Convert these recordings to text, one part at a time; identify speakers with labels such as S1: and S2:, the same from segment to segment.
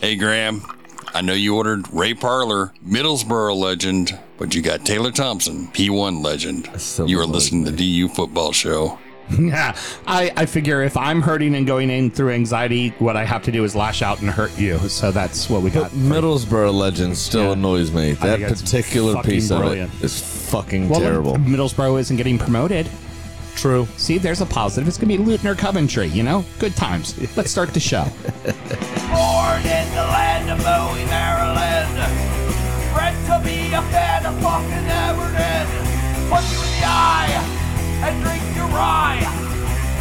S1: Hey, Graham, I know you ordered Ray Parler, Middlesboro legend, but you got Taylor Thompson, P1 legend.
S2: so
S1: you are
S2: close,
S1: listening to the DU Football Show.
S3: Yeah, I, I figure if I'm hurting and going in through anxiety, what I have to do is lash out and hurt you. So that's what we got.
S2: But Middlesbrough legend still
S3: Yeah.
S2: annoys me. That
S3: think it's
S2: particular
S3: fucking
S2: piece
S3: brilliant.
S2: of it is fucking
S3: well,
S2: terrible.
S3: Middlesbrough isn't getting promoted.
S2: True.
S3: See, there's a positive. It's going to be Luton or Coventry, you know? Good times. Let's start the show.
S4: born in the land of Bowie, Maryland. Bred to be a fan of fucking Everton. Punch you in the eye and drink your rye.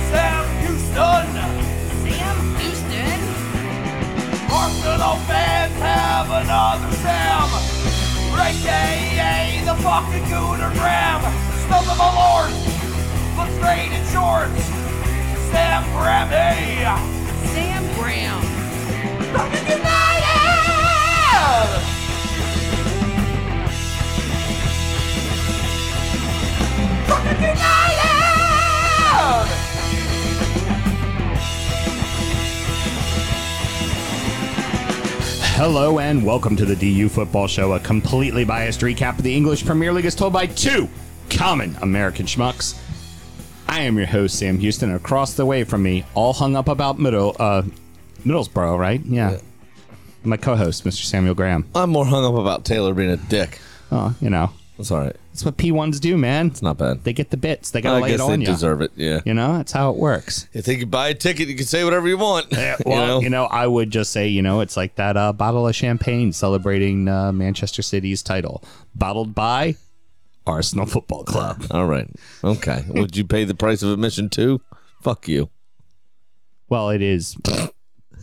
S4: Sam Houston.
S5: Sam Houston.
S4: Arsenal fans have another Sam. Right AA, the fucking Gooner Graham. Snub of a lord. Looks great in shorts. Sam Grammy.
S5: Sam Graham.
S4: Fucking United! Fucking United!
S3: Hello and welcome to the DU Football Show, a completely biased recap of the English Premier League as told by two common American schmucks. I am your host, Sam Houston. and Across the way from me, all hung up about middle, uh, Middlesbrough, right? Yeah. My co-host, Mr. Samuel Graham.
S2: I'm more hung up about Taylor being a dick.
S3: Oh, you know,
S2: That's all right. It's
S3: that's what P1s do, man.
S2: not bad.
S3: They get the bits. They gotta
S2: I
S3: lay
S2: guess
S3: it
S2: they
S3: on you.
S2: deserve it. Yeah.
S3: You know, that's how it works.
S2: If they could buy a ticket, you can say whatever you want.
S3: Yeah, well, you know? I would just say, you know, it's like that uh, bottle of champagne celebrating uh, Manchester City's title, bottled by Arsenal Football Club.
S2: All right. Okay. Would you pay the price of admission too? Fuck you.
S3: Well, it is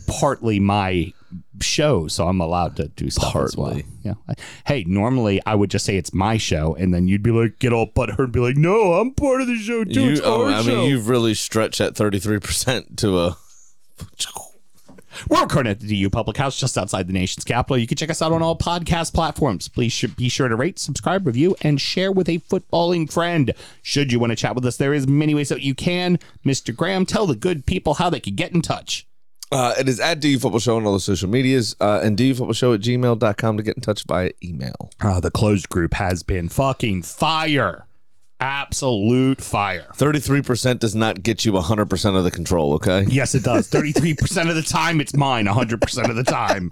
S3: partly my show, so I'm allowed to do stuff as well.
S2: Partly.
S3: Yeah. I- Hey, normally I would just say it's my show, and then you'd be like, get all butthurt and be like, no, I'm part of the show too.
S2: you oh,
S3: it's our
S2: I
S3: show.
S2: mean, you've really stretched that 33% to a.
S3: We're recording at the DU Public House just outside the nation's capital. You can check us out on all podcast platforms. Please sh- be sure to rate, subscribe, review, and share with a footballing friend. Should you want to chat with us, there is many ways that you can. Mr. Graham, tell the good people how they can get in touch.
S2: Uh, it is at DU Football Show on all the social medias uh, and DU Football Show at gmail.com to get in touch by email.
S3: Uh, the closed group has been fucking fire. Absolute fire.
S2: 33% does not get you 100% of the control, okay?
S3: Yes, it does. 33% of the time, it's mine 100% of the time.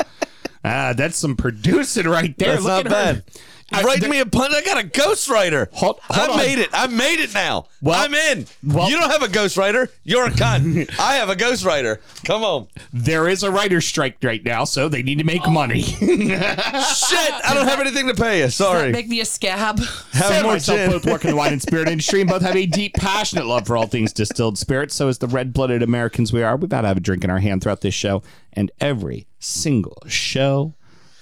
S3: Ah, that's some producing right there.
S2: That's
S3: Look
S2: not
S3: at her.
S2: bad.
S3: I-
S2: Write
S3: there-
S2: me a pun. I got a ghostwriter.
S3: Hold- hold
S2: I
S3: on.
S2: made it. I made it now.
S3: Well-
S2: I'm in.
S3: well-
S2: you don't have a ghostwriter. You're a cunt. I have a ghostwriter. Come on.
S3: There is a writer's strike right now, so they need to make money.
S2: Shit. I don't have anything to pay you. Sorry.
S5: Make me a scab.
S2: have
S3: Sam and
S2: more
S3: myself
S2: gin.
S3: both work in the wine and spirit industry and both have a deep, passionate love for all things distilled spirits. So, as the red blooded Americans we are, we've got to have a drink in our hand throughout this show and every single show.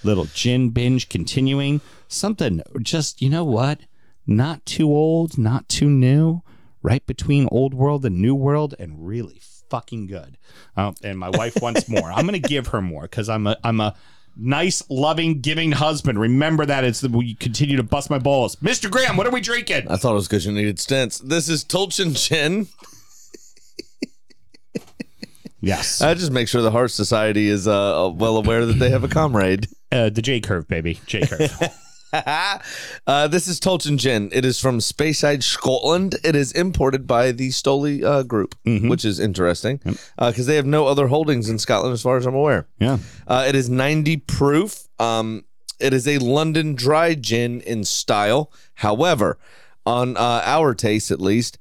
S3: Little gin binge continuing. Something just, you know what? Not too old, not too new. Right between old world and new world, and really fucking good. Oh, and my wife wants more. I'm gonna give her more because I'm a I'm a nice, loving, giving husband. Remember that it's the we continue to bust my balls. Mr. Graham, what are we drinking?
S2: I thought it was because you needed stints. This is Tulchin Gin.
S3: Yes.
S2: I just make sure the Heart Society is uh, well aware that they have a comrade.
S3: Uh, the J curve, baby. J curve.
S2: uh, this is Tolton Gin. It is from Speyside, Scotland. It is imported by the Stoli uh, Group, which is interesting because they have no other holdings in Scotland, as far as I'm aware.
S3: yeah.
S2: Uh, it is 90 proof. Um, it is a London dry gin in style. However, on uh, our taste at least,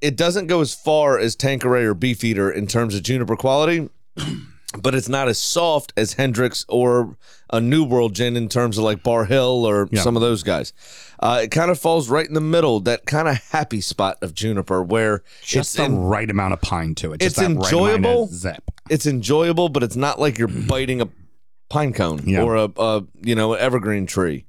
S2: it doesn't go as far as Tanqueray or Beefeater in terms of juniper quality, but it's not as soft as Hendrix or a New World gin in terms of like Bar Hill or some of those guys. Uh, it kind of falls right in the middle, that kind of happy spot of juniper where
S3: Just
S2: it's
S3: the
S2: in-
S3: right amount of pine to it.
S2: it's
S3: Just that right amount of
S2: enjoyable.
S3: zip.
S2: it's enjoyable, but it's not like you're biting a pine cone
S3: Yeah.
S2: or a, a you know evergreen tree.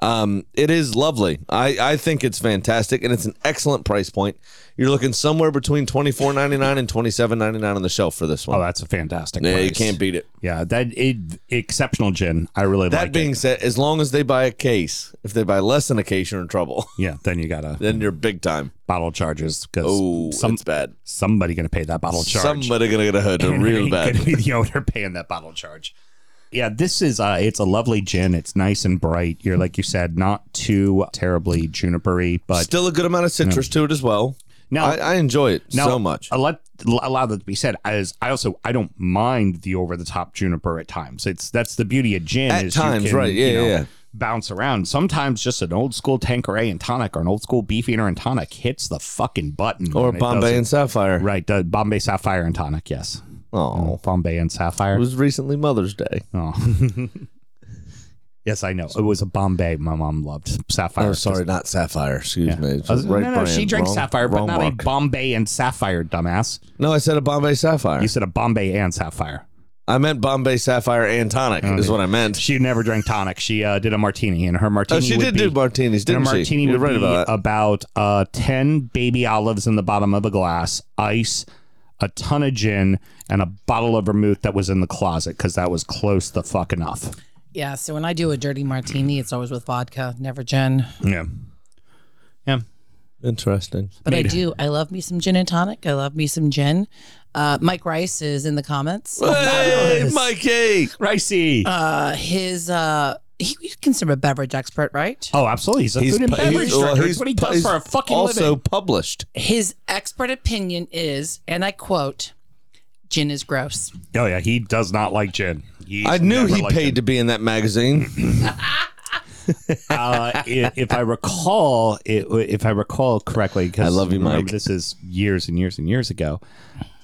S2: Um, it is lovely. I, I think it's fantastic, and it's an excellent price point. You're looking somewhere between twenty four ninety nine and twenty seven ninety nine on the shelf for this one.
S3: Oh, that's a fantastic.
S2: yeah, you
S3: price.
S2: can't beat it.
S3: Yeah, that it, exceptional gin. I really
S2: That
S3: like
S2: being
S3: it.
S2: said, as long as they buy a case, if they buy less than a case, you're in trouble.
S3: Yeah, then you got to
S2: then you're big time.
S3: bottle charges
S2: Oh,
S3: because some,
S2: it's bad.
S3: somebody going to pay that bottle charge.
S2: Somebody gonna get a hood real
S3: Ain't
S2: bad.
S3: Gonna be the owner paying that bottle charge. Yeah, this is uh it's a lovely gin. It's nice and bright. You're like you said, not too terribly junipery, but
S2: Still a good amount of citrus to it as well.
S3: now
S2: I, I enjoy it
S3: now,
S2: so much.
S3: A lot, a lot of that to be said. As I also, I don't mind the over the top juniper at times. It's that's the beauty of gin.
S2: At
S3: is you
S2: times,
S3: can,
S2: right. Yeah,
S3: you know,
S2: yeah, yeah.
S3: Bounce around. Sometimes just an old school Tanqueray and tonic or an old school Beefeater and tonic hits the fucking button.
S2: Or
S3: when it
S2: Bombay
S3: doesn't.
S2: and Sapphire.
S3: right, the Bombay Sapphire and tonic. Yes,
S2: Oh,
S3: Bombay and
S2: it
S3: Sapphire.
S2: was recently Mother's Day.
S3: Oh. yes, I know. It was a Bombay my mom loved. Sapphire.
S2: Oh, sorry, not Sapphire. Excuse
S3: Yeah.
S2: me. It's
S3: I was-
S2: right
S3: no, no, she
S2: brand,
S3: drank
S2: wrong-
S3: Sapphire, but
S2: wrong
S3: not
S2: mark.
S3: a Bombay and Sapphire, dumbass.
S2: No, I said a Bombay Sapphire.
S3: You said a Bombay and Sapphire.
S2: I meant Bombay Sapphire and tonic is what I meant.
S3: Oh, She never drank tonic. She uh, did a martini, and her martini.
S2: Oh, she
S3: would
S2: did
S3: be,
S2: do martinis,
S3: and her
S2: didn't she?
S3: martini
S2: You're
S3: would
S2: right
S3: be
S2: about that.
S3: about uh, ten baby olives in the bottom of a glass, ice, a ton of gin, and a bottle of vermouth that was in the closet because that was close the fuck enough.
S6: Yeah, so when I do a dirty martini, it's always with vodka, never gin.
S3: Yeah, yeah.
S2: Interesting.
S6: But I do. I love me some gin and tonic. I love me some gin. Uh, Mike Rice is in the comments.
S2: Hey, Mikey!
S3: Ricey.
S6: Uh, his uh, he, he's considered a beverage expert, right?
S3: oh, absolutely. He's a food and
S2: pu-
S3: beverage
S2: well,
S3: director. It's what he
S2: pu-
S3: does
S2: he's
S3: for a fucking
S2: also
S3: living.
S2: published.
S6: His expert opinion is, and I quote, "Gin is gross."
S3: Oh yeah, he does not like gin. He's
S2: I knew
S3: never
S2: he
S3: liked
S2: paid
S3: gin.
S2: to be in that magazine.
S3: uh, i- if, I recall, it, if I recall correctly, because
S2: I love you,
S3: remember,
S2: Mike.
S3: This is years and years and years ago.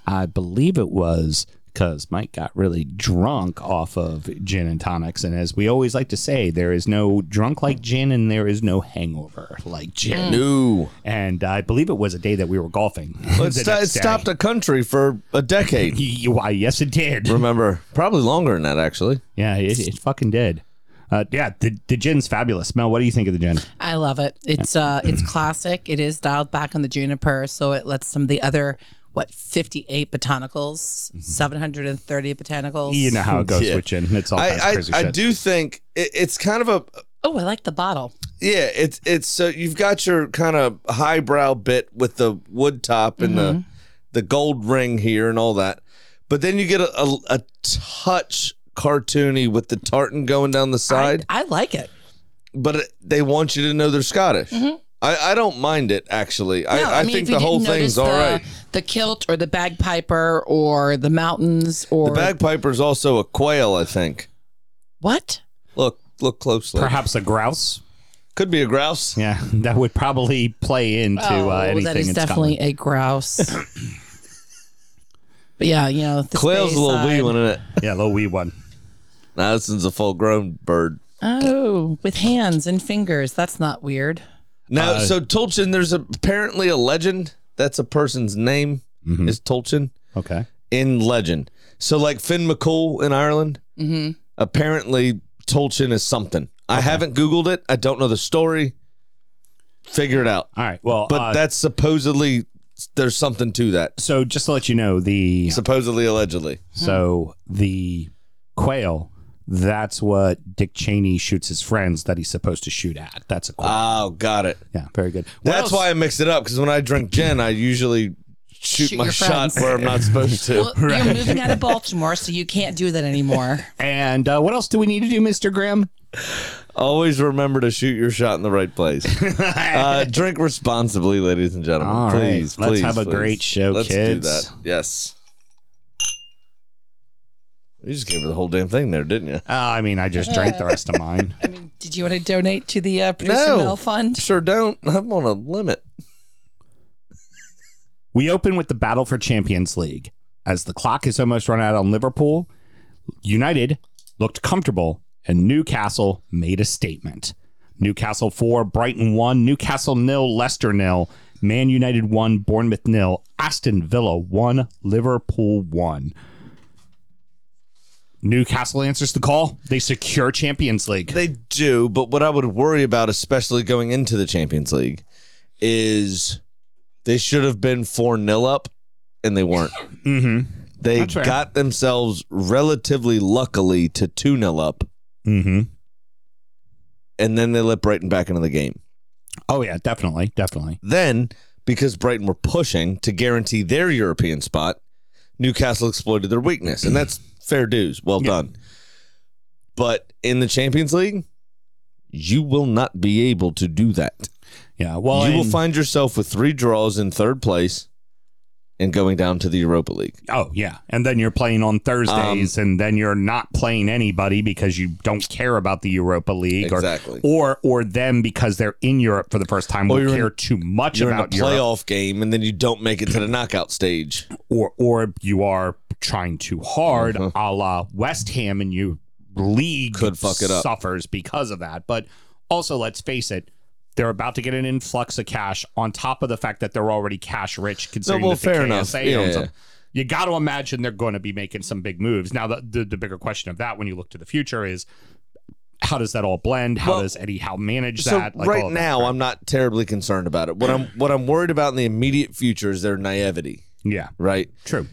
S3: I believe it was because Mike got really drunk off of gin and tonics, and as we always like to say, there is no drunk like gin, and there is no hangover like gin.
S2: Mm. no.
S3: And I believe it was a day that we were golfing.
S2: Well, it,
S3: the
S2: sto- it
S3: next day.
S2: stopped a country for a decade.
S3: Y- Why? Yes, it did.
S2: Remember, probably longer than that, actually.
S3: Yeah, it, it fucking did. Uh, yeah, the, the gin's fabulous. Mel, what do you think of the gin?
S6: I love it. It's uh, it's classic. It is dialed back on the juniper, so it lets some of the other what fifty eight botanicals, hundred and thirty
S3: Mm-hmm.
S6: botanicals.
S3: You know how it goes
S2: Yeah.
S3: with gin. It's all kinds of
S2: I,
S3: crazy
S2: I, I
S3: shit.
S2: do think it, it's kind of a
S6: Oh, I like the bottle.
S2: yeah. It's it's so you've got your kind of highbrow bit with the wood top and the the gold ring here and all that, but then you get a, a, a touch cartoony with the tartan going down the
S3: Uh,
S6: I,
S2: side.
S6: I like it.
S2: but it, they want you to know they're Scottish. I, I don't mind it actually.
S6: No,
S2: I, I,
S6: mean,
S2: think
S6: if you
S2: the whole
S6: didn't notice
S2: thing's
S6: the,
S2: all right.
S6: The kilt or the bagpiper or the mountains or
S2: The bagpiper's also a quail, I think.
S6: what?
S2: Look, look closely.
S3: Perhaps a grouse.
S2: Could be a grouse.
S3: Yeah, that would probably play into uh,
S6: Oh,
S3: anything
S6: that is
S3: in
S6: definitely
S3: Scotland.
S6: a grouse. but yeah, you know, the
S2: Quail's a little wee
S6: Speyside-
S2: one in it.
S3: Yeah, the wee one.
S2: Now this one's a full grown bird.
S6: Oh, with hands and fingers. That's not weird.
S2: Now, so Tolchin, there's apparently a legend. That's a person's name
S3: Mm-hmm.
S2: is Tolchin
S3: Okay.
S2: in legend. So like Finn McCool in Ireland,
S6: Mm-hmm.
S2: apparently Tolchin is something. I haven't Googled it. I don't know the story. Figure it out.
S3: All right. Well,
S2: But
S3: uh,
S2: that's supposedly there's something to that.
S3: so just to let you know, the
S2: Supposedly, allegedly.
S3: so the quail. That's what Dick Cheney shoots his friends that he's supposed to shoot at. That's a quail.
S2: Oh, got it.
S3: yeah, very good. What
S2: That's
S3: else?
S2: why I mixed it up because when I drink gin, I usually shoot,
S6: Shoot
S2: my
S6: your
S2: shot
S6: friends.
S2: where I'm not supposed to.
S6: Well, you're moving out of Baltimore, so you can't do that anymore.
S3: And uh, what else do we need to do, Mister Graham?
S2: Always remember to shoot your shot in the right place. uh, drink responsibly, ladies and gentlemen.
S3: All right.
S2: please,
S3: Let's
S2: please,
S3: have a
S2: please.
S3: great show,
S2: Let's do
S3: kids.
S2: that. Yes. You just gave her the whole damn thing there, didn't you?
S3: Uh, I mean, I just drank the rest of mine.
S6: I mean, did you want to donate to the uh, producer
S2: No.
S6: Mel fund?
S2: Sure don't. I'm on a limit.
S3: We open with the battle for Champions League. As the clock is almost run out on Liverpool, United looked comfortable and Newcastle made a statement. Newcastle 4, Brighton 1, Newcastle nil, Leicester nil, Man United 1, Bournemouth nil, Aston Villa 1, Liverpool 1. Newcastle answers the call. They secure Champions League.
S2: They do, but what I would worry about, especially going into the Champions League, is they should have been 4 0 up and they weren't.
S3: Mm-hmm.
S2: They
S3: That's fair.
S2: got themselves relatively luckily to 2 0 up
S3: Mm-hmm.
S2: and then they let Brighton back into the game.
S3: Oh yeah, definitely, definitely.
S2: Then, because Brighton were pushing to guarantee their European spot, Newcastle exploited their weakness, and that's fair dues. Well done. But in the Champions League, you will not be able to do that.
S3: Yeah. Well,
S2: you will
S3: and-
S2: find yourself with three draws in third place and going down to the Europa League.
S3: Oh yeah, and then you're playing on
S2: Um,
S3: Thursdays, and then you're not playing anybody because you don't care about the Europa League,
S2: Exactly.
S3: or or or them because they're in Europe for the first time.
S2: Or
S3: Will
S2: you're in-
S3: care too much
S2: You're in a
S3: about Europe,
S2: playoff game and then you don't make it to the knockout stage.
S3: or or you are trying too hard, a la West Ham, and you league
S2: Mm-hmm. Could fuck it up.
S3: suffers because of that. But also, let's face it. They're about to get an influx of cash on top of the fact that they're already cash rich considering
S2: well,
S3: that the
S2: fair
S3: KSA
S2: enough.
S3: owns
S2: Yeah.
S3: them. you got to imagine they're going to be making some big moves. Now, the, the the bigger question of that, when you look to the future, is how does that all blend? How
S2: Well,
S3: does Eddie Howe manage
S2: so
S3: that? all
S2: right
S3: of
S2: now, I'm not terribly concerned about it. What I'm what I'm worried about in the immediate future is their naivety,
S3: that. yeah,
S2: right?
S3: true.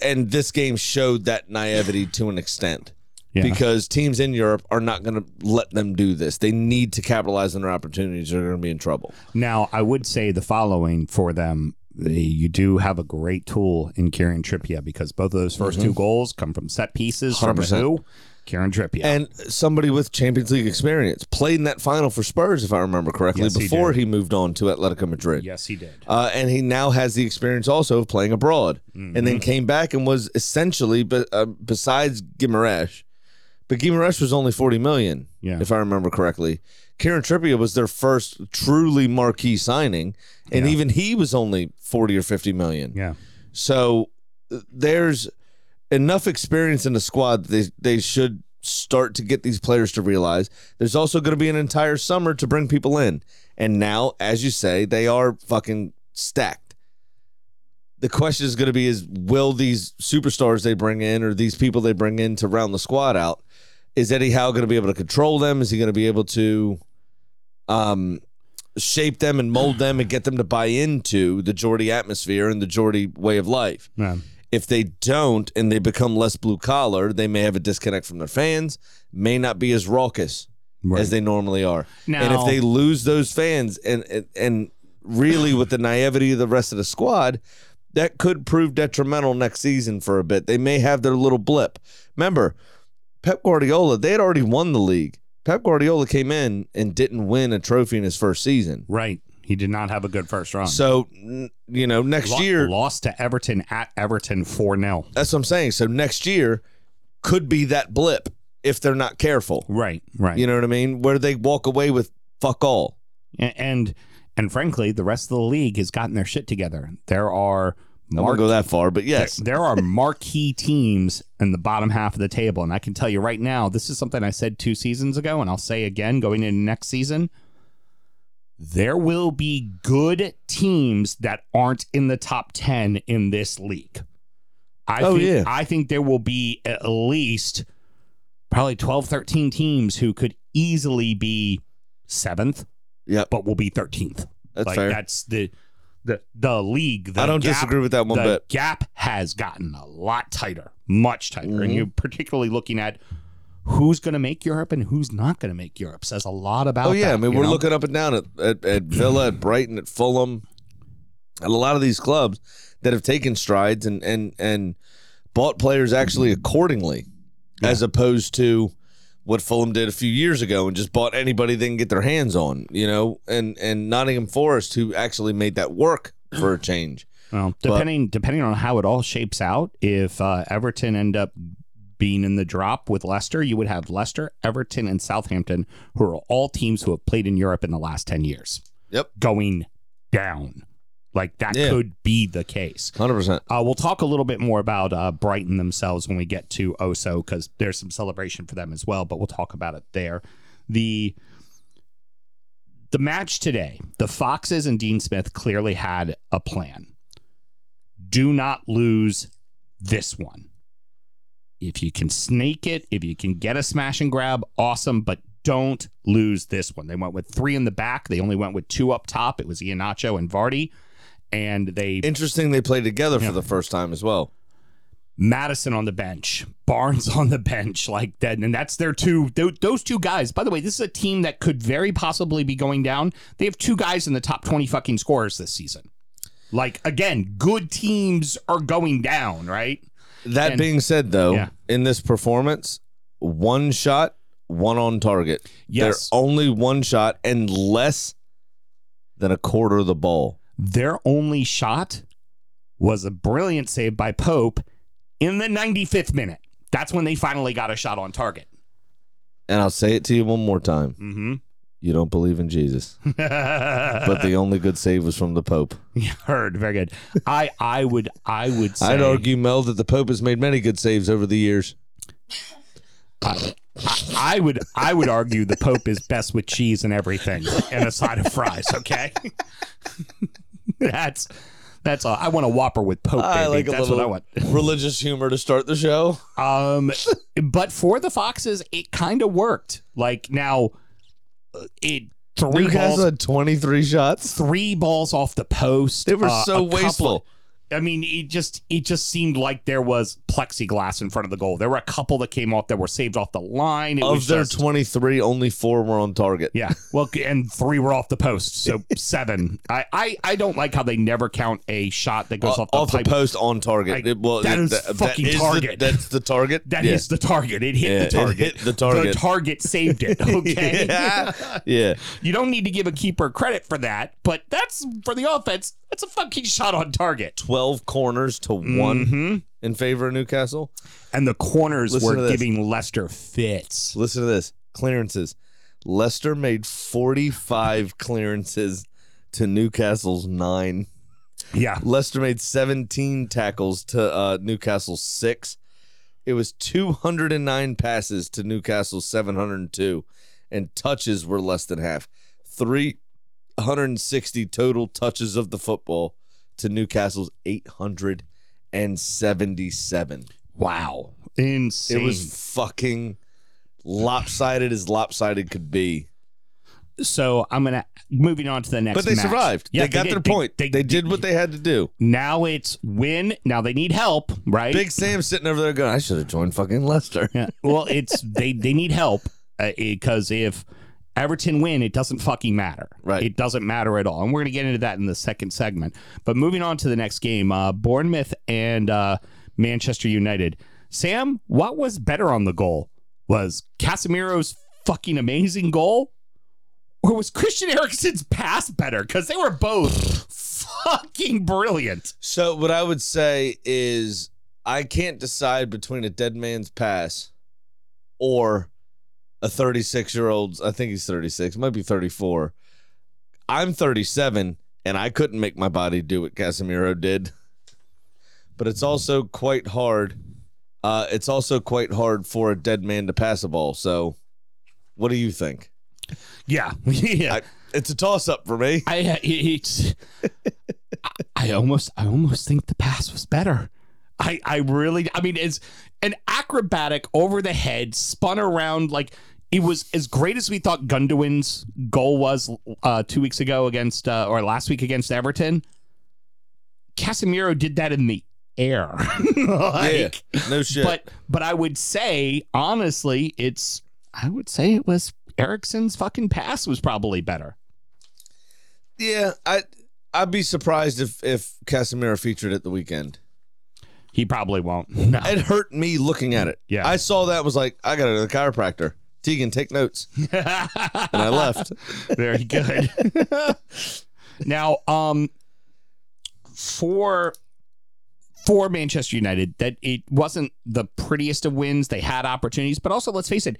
S2: And this game showed that naivety to an extent.
S3: Yeah.
S2: Because teams in Europe are not going to let them do this. They need to capitalize on their opportunities. or They're going to be in trouble.
S3: Now, I would say the following for them. They- You do have a great tool in Kieran Trippier because both of those 1st two
S2: Mm-hmm.
S3: goals come from set pieces from
S2: 100%.
S3: who? Kieran Trippier.
S2: And somebody with Champions League experience played in that final for Spurs, if I remember correctly,
S3: Yes, he
S2: before
S3: did.
S2: he, moved on to Atletico Madrid.
S3: yes, he did.
S2: Uh, and he now has the experience also of playing abroad, and
S3: Mm-hmm.
S2: then came back and was essentially, but uh, besides Guimaraes, but Guimaraes was only forty million,
S3: Yeah.
S2: if I remember correctly. Kieran Trippier was their first truly marquee signing, and
S3: Yeah.
S2: even he was only forty or fifty million.
S3: Yeah.
S2: So uh, there's enough experience in the squad that they they should start to get these players to realize there's also going to be an entire summer to bring people in. And now, as you say, they are fucking stacked. The question is going to be is will these superstars they bring in or these people they bring in to round the squad out is Eddie Howe going to be able to control them? Is he going to be able to um shape them and mold them and get them to buy into the Geordie atmosphere and the Geordie way of life.
S3: Yeah.
S2: If they don't and they become less blue collar, they may have a disconnect from their fans, may not be as raucous
S3: Right.
S2: as they normally are. and
S3: Now-
S2: if they lose those fans and, and and really with the naivety of the rest of the squad, that could prove detrimental next season for a bit. They may have their little blip. Remember, Pep Guardiola, they had already won the league. Pep Guardiola came in and didn't win a trophy in his first season.
S3: right. He did not have a good first run.
S2: So, n- you know, next
S3: Lo-
S2: year,
S3: lost to Everton at Everton 4 0.
S2: that's what I'm saying. So next year could be that blip if they're not careful.
S3: Right, right.
S2: You know what I mean? Where they walk away with fuck all.
S3: A- and and frankly, the rest of the league has gotten their shit together. There are
S2: I won't
S3: marquee,
S2: go that far, but yes.
S3: there are marquee teams in the bottom half of the table, and I can tell you right now, this is something I said two seasons ago, and I'll say again going into next season. There will be good teams that aren't in the top ten in this league. I
S2: Oh,
S3: think,
S2: yeah.
S3: I think there will be at least probably 12, 13 teams who could easily be seventh,
S2: Yep.
S3: but will be 13th.
S2: That's
S3: like
S2: fair.
S3: that's the the the league. The
S2: I don't
S3: gap-
S2: disagree with that one
S3: the
S2: bit.
S3: gap has gotten a lot tighter, much tighter, and
S2: Mhm.
S3: you're particularly looking at who's going to make Europe and who's not going to make Europe says a lot about.
S2: Oh, yeah.
S3: that,
S2: I mean,
S3: you
S2: we're
S3: know?
S2: looking up and down at, at, at Villa, at Brighton, at Fulham, at a lot of these clubs that have taken strides and, and, and bought players actually accordingly, as opposed to what Fulham did a few years ago and just bought anybody they can get their hands on, you know, and, and Nottingham Forest, who actually made that work for a change.
S3: Well, depending depending on how it all shapes out, if uh, Everton end up being in the drop with Leicester, you would have Leicester, Everton, and Southampton, who are all teams who have played in Europe in the last ten years.
S2: Yep.
S3: going down. Like that
S2: Yeah.
S3: could be the case.
S2: 100%.
S3: Uh, we'll talk a little bit more about uh, Brighton themselves when we get to Oso because there's some celebration for them as well, but we'll talk about it there. The the match today, the Foxes and Dean Smith clearly had a plan. Do not lose this one. If you can snake it, if you can get a smash and grab, awesome, but don't lose this one. They went with three in the back. They only went with two up top. It was Ianacho and Vardy. And they
S2: Interesting they played together
S3: Yeah.
S2: for the first time as well.
S3: Madison on the bench, Barnes on the bench, like that, and that's their two. tho- Those two guys. By the way, this is a team that could very possibly be going down. They have two guys in the top twenty fucking scorers this season. Like again, good teams are going down, right?
S2: That
S3: And-
S2: being said, though,
S3: Yeah.
S2: in this performance, one shot, one on target.
S3: Yes.
S2: They're only one shot and less than a quarter of the ball.
S3: Their only shot was a brilliant save by Pope in the 95th minute. That's when they finally got a shot on target.
S2: And I'll say it to you one more time.
S3: Mm-hmm.
S2: You don't believe in Jesus.
S3: but
S2: But the only good save was from the Pope.
S3: heard very good. I I would I would say
S2: I'd argue, Mel, that the Pope has made many good saves over the years.
S3: I, I would I would argue the Pope is best with cheese and everything and a side of fries. Okay, that's that's all. I want a Whopper with Pope. Baby.
S2: I like a
S3: that's
S2: little-
S3: what
S2: Religious humor to start the show.
S3: I want. Um, but for the Foxes, it kind of worked. Like now, uh, it three
S2: Newcastle
S3: balls,
S2: had 23 shots.
S3: three balls off the post.
S2: They were
S3: uh,
S2: so
S3: a couple-
S2: wasteful.
S3: I mean, it just it just seemed like there was plexiglass in front of the goal. There were a couple that came off that were saved off the line. It
S2: Of
S3: was
S2: their
S3: just-
S2: 23, only four were on target.
S3: Yeah. Well, and three were off the post, so seven. I, I, I don't like how they never count a shot that goes
S2: Uh,
S3: off the pipe.
S2: post on target.
S3: Like,
S2: It- well,
S3: that
S2: it-
S3: is fucking
S2: the-
S3: target.
S2: that's the target.
S3: That is
S2: yeah.
S3: the target. It hit
S2: Yeah,
S3: the
S2: it
S3: target.
S2: hit the target.
S3: The target saved it. Okay.
S2: yeah. yeah.
S3: You don't need to give a keeper credit for that, but that's for the offense. That's a fucking shot on target. Mm-hmm.
S2: 12 corners to
S3: Mm.
S2: one in favor of Newcastle.
S3: And the corners
S2: Listen to
S3: were
S2: this.
S3: giving Lester fits.
S2: Listen to this clearances. Leicester made 45 clearances to Newcastle's nine.
S3: Yeah.
S2: Leicester made 17 tackles to uh, Newcastle's six. It was 209 passes to Newcastle's 702, and touches were less than half. 360 total touches of the football to Newcastle's 877.
S3: Wow. Insane.
S2: It was fucking lopsided as lopsided could be.
S3: so. I'm gonna moving on to the next.
S2: But they
S3: match.
S2: survived.
S3: Yeah,
S2: they got
S3: did.
S2: their point. They,
S3: They,
S2: did what they had to do.
S3: Now it's win. Now they need help, right?
S2: Big Sam sitting over there going, I should have joined fucking Leicester.
S3: Yeah. Well, it's they they need help because if Everton win, it doesn't fucking matter.
S2: Right.
S3: It doesn't matter at all. And we're gonna get into that in the second segment. But moving on to the next game, uh, Bournemouth and uh, Manchester United. Sam, what was better on the goal? Was Casemiro's fucking amazing goal, or was Christian Eriksen's pass better? Because they were both fucking brilliant.
S2: So what I would say is I can't decide between a dead man's pass or a 36 year old's. I think he's 36, might be 34. I'm 37 and I couldn't make my body do what Casemiro did. But it's also quite hard. Uh, it's also quite hard for a dead man to pass a ball. So what do you think?
S3: Yeah. yeah.
S2: I, it's a toss up for me.
S3: I uh, it- it's I, I almost I almost think the pass was better. I I really I mean it's an acrobatic over the head spun around like it was as great as we thought Gundogan's goal was uh, two weeks ago against uh, or last week against Everton. Casemiro did that in the air. Like,
S2: yeah. No shit.
S3: But but I would say honestly, it's I would say it was Erickson's fucking pass was probably better.
S2: Yeah, I I'd be surprised if if Casemiro featured at the weekend.
S3: He probably won't. No.
S2: It hurt me looking at it.
S3: Yeah.
S2: I saw that and was like, I got to go to the chiropractor. Tegan, take notes, and I left.
S3: Very good. now, um, for for Manchester United, that it wasn't the prettiest of wins. They had opportunities, but also let's face it,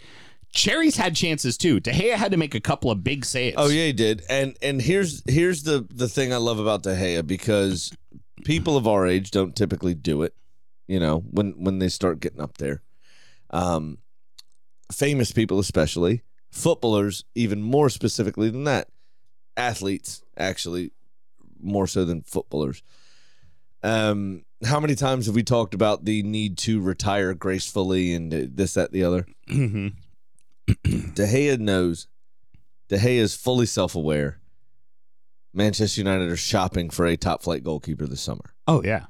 S3: Cherries had chances too. De Gea had to make a couple of big saves.
S2: Oh yeah, he did. And and here's here's the the thing I love about De Gea because people of our age don't typically do it. You know, when when they start getting up there, um, famous people especially, footballers even more specifically than that, athletes actually more so than footballers. Um, how many times have we talked about the need to retire gracefully and this, that, the other?
S3: hmm
S2: De Gea knows. De Gea is fully self-aware. Manchester United are shopping for a top-flight goalkeeper this summer.
S3: Oh yeah.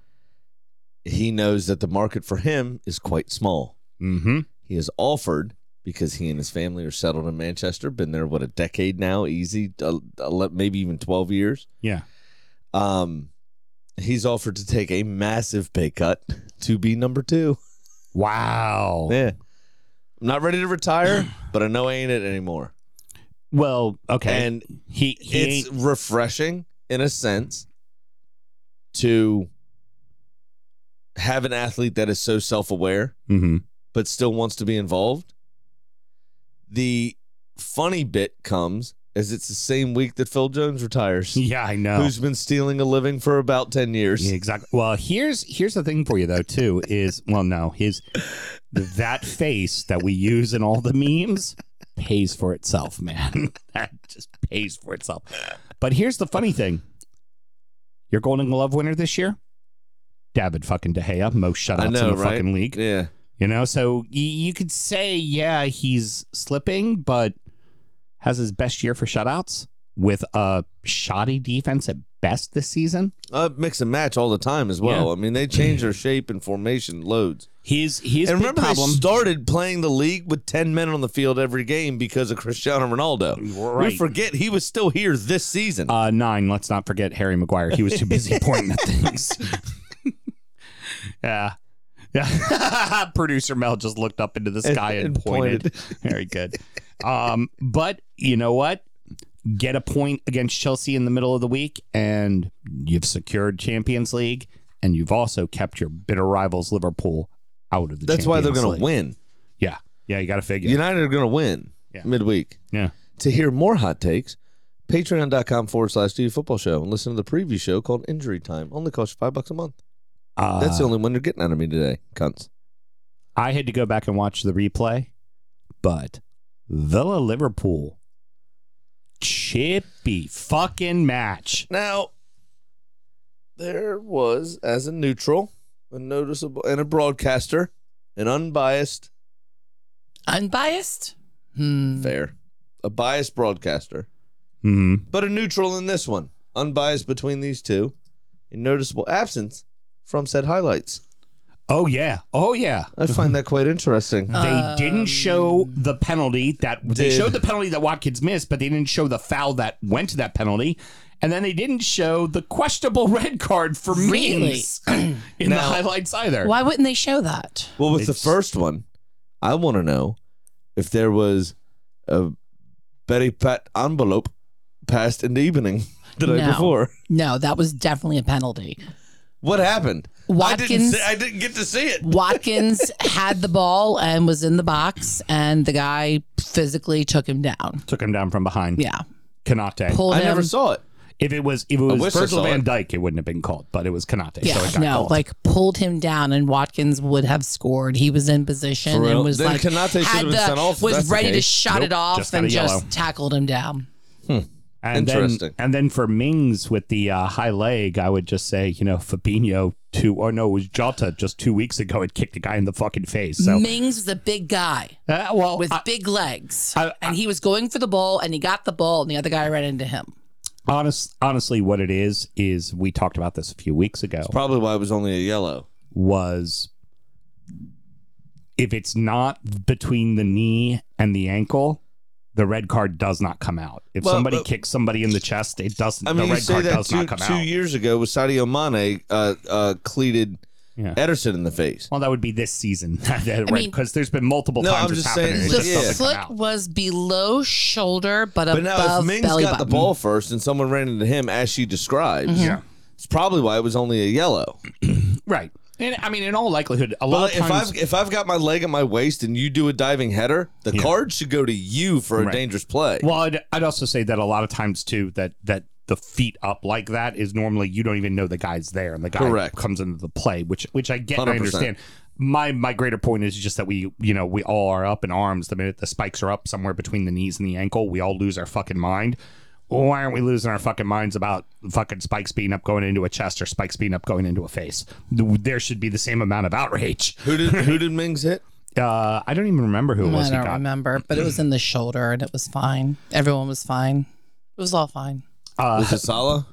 S2: He knows that the market for him is quite small.
S3: Mm-hmm.
S2: He is offered because he and his family are settled in Manchester, been there what a decade now, easy, uh, ele- maybe even 12 years.
S3: Yeah.
S2: Um he's offered to take a massive pay cut to be number 2.
S3: Wow.
S2: Yeah. I'm not ready to retire, but I know I ain't it anymore.
S3: Well, okay.
S2: And
S3: he he
S2: it's
S3: ain't-
S2: refreshing in a sense to have an athlete that is so self-aware
S3: Mhm.
S2: but still wants to be involved. The funny bit comes as it's the same week that Phil Jones retires,
S3: Yeah, I know.
S2: who's been stealing a living for about 10 years.
S3: Yeah, exactly. Well, here's here's the thing for you though too is well no his that face that we use in all the memes pays for itself, man. that just pays for itself. But here's the funny thing: your Golden Glove winner this year, David fucking De Gea, most shutouts
S2: I know,
S3: in the
S2: right?
S3: fucking league.
S2: Yeah.
S3: You know, so y- you could say yeah he's slipping, but has his best year for shutouts with a shoddy defense at best this season.
S2: Uh, mix and match all the time as well.
S3: Yeah.
S2: I mean, they change their shape and formation loads.
S3: His his
S2: and
S3: big
S2: remember,
S3: problem.
S2: they started playing the league with ten men on the field every game because of Cristiano Ronaldo. We
S3: Right.
S2: forget he was still here this season.
S3: uh, nine. Let's not forget Harry Maguire. He was too busy pointing at things. yeah. Yeah. Producer Mel just looked up into the sky and,
S2: and
S3: pointed. Very good. Um, but you know what? Get a point against Chelsea in the middle of the week, and you've secured Champions League, and you've also kept your bitter rivals Liverpool out of the.
S2: That's why they're
S3: Champions
S2: going
S3: League.
S2: to win.
S3: Yeah, yeah, you got to figure.
S2: United are going to win
S3: Yeah.
S2: midweek.
S3: yeah.
S2: To hear more hot takes, patreon.com forward slash DU football show and listen to the preview show called Injury Time. Only costs you five bucks a month.
S3: Uh,
S2: That's the only one you're getting out of me today, cunts.
S3: I had to go back and watch the replay, but Villa Liverpool, chippy fucking match.
S2: Now, there was, as a neutral, a noticeable, and a broadcaster, an unbiased,
S6: Unbiased? Hmm.
S2: fair, a biased broadcaster,
S3: hmm
S2: but a neutral in this one, unbiased between these two, a noticeable absence from said highlights.
S3: Oh yeah, oh yeah.
S2: I find that quite interesting.
S3: They
S6: Um,
S3: didn't show the penalty that they
S2: Did-
S3: showed the penalty that Watkins missed, but they didn't show the foul that went to that penalty, and then they didn't show the questionable red card for
S6: Really?
S3: memes in the highlights either.
S6: Why wouldn't they show that?
S2: Well, with the
S3: It's-
S2: first one, I want to know if there was a Betty Pat envelope passed in the evening the night
S6: No.
S2: before.
S6: No, that was definitely a penalty.
S2: What happened? I didn't,
S6: Watkins-
S2: see, I didn't get to see it.
S6: Watkins had the ball and was in the box, and the guy physically took him down.
S3: Took him down from behind.
S6: Yeah,
S3: Kanate.
S6: pulled
S2: I
S6: him.
S2: never saw it.
S3: if it was if it
S2: wish
S3: was
S2: I
S3: Virgil
S2: saw
S3: Van
S2: it.
S3: Dyke, it wouldn't have been called, but it was Kanate.
S6: yeah,
S3: so it got
S6: no,
S3: called.
S6: like pulled him down, and Watkins would have scored. He was in
S2: For
S6: position
S2: real?
S6: and was
S2: Then
S6: like
S2: Konate should have
S6: had
S2: been
S6: the-
S2: sent off if that's
S6: was
S2: the
S6: ready to
S2: case.
S6: shot
S3: Nope,
S6: it off
S3: just got
S6: and
S3: a
S6: just
S3: yellow.
S6: tackled him down.
S3: And
S2: Interesting.
S3: Then, and then for Mings with the uh, high leg, I would just say, you know, Fabinho two or no, it was Jota just two weeks ago had kicked a guy in the fucking face. So
S6: Mings was a big guy
S3: uh, well,
S6: with
S3: I-
S6: big legs,
S3: I-
S6: and he was going for the ball, and he got the ball, and the other guy ran into him.
S3: honest, honestly, what it is is we talked about this a few weeks ago.
S2: Probably why it was only a yellow.
S3: Was if it's not between the knee and the ankle. The red card does not come out. If
S2: Well,
S3: somebody
S2: but-
S3: kicks somebody in the chest, it doesn't.
S2: I mean,
S3: the
S2: you
S3: red
S2: say
S3: card
S2: that
S3: does
S2: two,
S3: not come
S2: two
S3: out.
S2: years ago with Sadio Mane uh, uh, cleated
S3: Yeah.
S2: Ederson in the face.
S3: Well, that would be this season, that
S6: mean-
S3: Because there's been multiple
S2: No,
S3: times
S2: I'm
S3: it's
S2: just
S3: happened.
S2: saying,
S3: and it
S6: The
S3: just
S2: yeah.
S3: doesn't come
S6: foot
S3: out.
S6: was below shoulder, but,
S2: But now,
S6: above
S2: if Mings
S6: belly
S2: got the
S6: button.
S2: ball first and someone ran into him as she described,
S3: Yeah.
S2: it's probably why it was only a yellow.
S3: Right. And I mean, in all likelihood, a
S2: But
S3: lot
S2: like,
S3: of
S2: if
S3: times.
S2: I've if I've got my leg at my waist and you do a diving header, the card should go to you for a
S3: Right.
S2: dangerous play.
S3: well, I'd, I'd also say that a lot of times too that that the feet up like that is normally you don't even know the guy's there and the guy
S2: Correct.
S3: comes into the play, which which I get and I
S2: 100%.
S3: understand. My my greater point is just that we you know we all are up in arms the minute the spikes are up somewhere between the knees and the ankle. We all lose our fucking mind. Why aren't we losing our fucking minds about fucking spikes being up going into a chest or spikes being up going into a face? There should be the same amount of outrage.
S2: who did who did Mings hit?
S3: Uh, I don't even remember who it was.
S6: I
S3: he
S6: don't
S3: got.
S6: remember, but it was in the shoulder and it was fine. Everyone was fine. It was all fine.
S3: Uh,
S2: Was it Salah?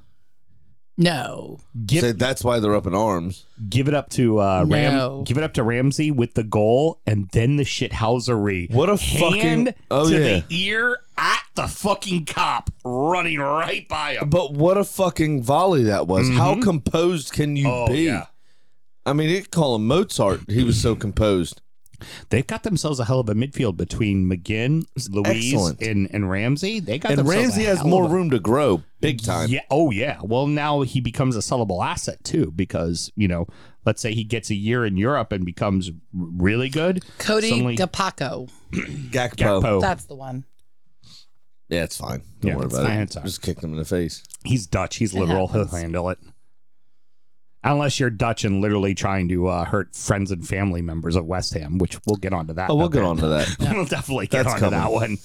S6: No.
S3: Give-
S2: Say, that's why they're up in arms.
S3: Give it up to uh, Ram.
S6: No.
S3: Give it up to Ramsey with the goal, and then the shithousery.
S2: What a
S3: Hand
S2: fucking- oh,
S3: to
S2: yeah.
S3: the ear at the fucking cop running right by him.
S2: But what a fucking volley that was! How composed can you
S3: Oh
S2: be?
S3: yeah,
S2: I mean, you could call him Mozart. He was so composed.
S3: They've got themselves a hell of a midfield between McGinn, Louise,
S2: excellent.
S3: and, and Ramsey. They got
S2: And
S3: themselves a
S2: Ramsey has
S3: hell
S2: more
S3: of a-
S2: room to grow, big time.
S3: Yeah. Oh, yeah. Well, now he becomes a sellable asset too, because you know, let's say he gets a year in Europe and becomes r- really good.
S6: Cody
S3: Suddenly-
S6: Gapaco.
S2: Gakpo.
S3: Gakpo.
S6: That's the one.
S2: Yeah, it's fine. Don't
S3: Yeah,
S2: worry
S3: it's
S2: about
S3: fine,
S2: it.
S3: it's all right.
S2: Just kicked him in the face.
S3: He's Dutch. He's liberal. He'll handle it. Unless you're Dutch and literally trying to uh, hurt friends and family members of West Ham, which we'll get onto that.
S2: Oh,
S3: in a
S2: we'll get
S3: bit.
S2: on to that.
S3: we'll definitely get
S2: That's
S3: onto that
S2: coming.
S3: one.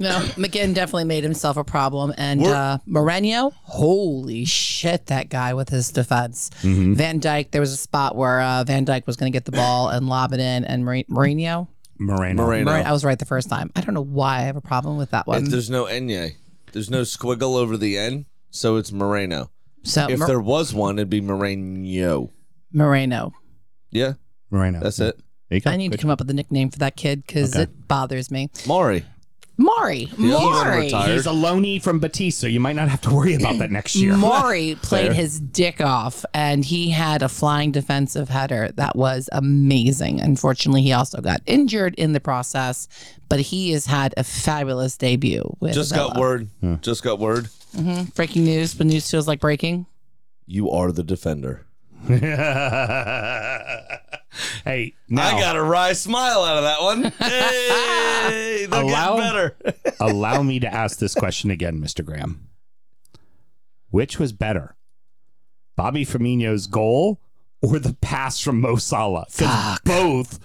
S6: No, McGinn definitely made himself a problem. And
S2: We're-
S6: uh, Moreno, holy shit, that guy with his defense. Van Dyke, there was a spot where uh, Van Dyke was going to get the ball and lob it in, and Mourin- Mourinho.
S3: Moreno.
S2: Moreno.
S6: Mourin- I was right the first time. I don't know why I have a problem with that
S2: If
S6: one.
S2: there's no Enye. There's no squiggle over the N, so it's Moreno.
S6: So
S2: If
S6: Uh, Mor-
S2: there was one, it'd be Moreno.
S6: Moreno,
S2: Yeah,
S3: Moreno.
S2: that's it.
S3: There you go.
S6: I need to
S3: Good.
S6: come up with a nickname for that kid because it bothers me.
S2: Maury.
S6: Maury,
S2: one
S6: Maury,
S2: retired.
S3: He's a loanee from Batiste, so you might not have to worry about that next year.
S6: Maury played his dick off and he had a flying defensive header that was amazing. Unfortunately, he also got injured in the process, but he has had a fabulous debut with
S2: Just got
S6: Villa.
S2: word. Just got word.
S6: breaking news, but news feels like breaking.
S2: You are the defender.
S3: hey, now
S2: I got a wry smile out of that one. Hey, they're
S3: Allow-
S2: getting better.
S3: allow me to ask this question again, Mr. Graham. Which was better, Bobby Firmino's goal or the pass from Mo Salah? Because both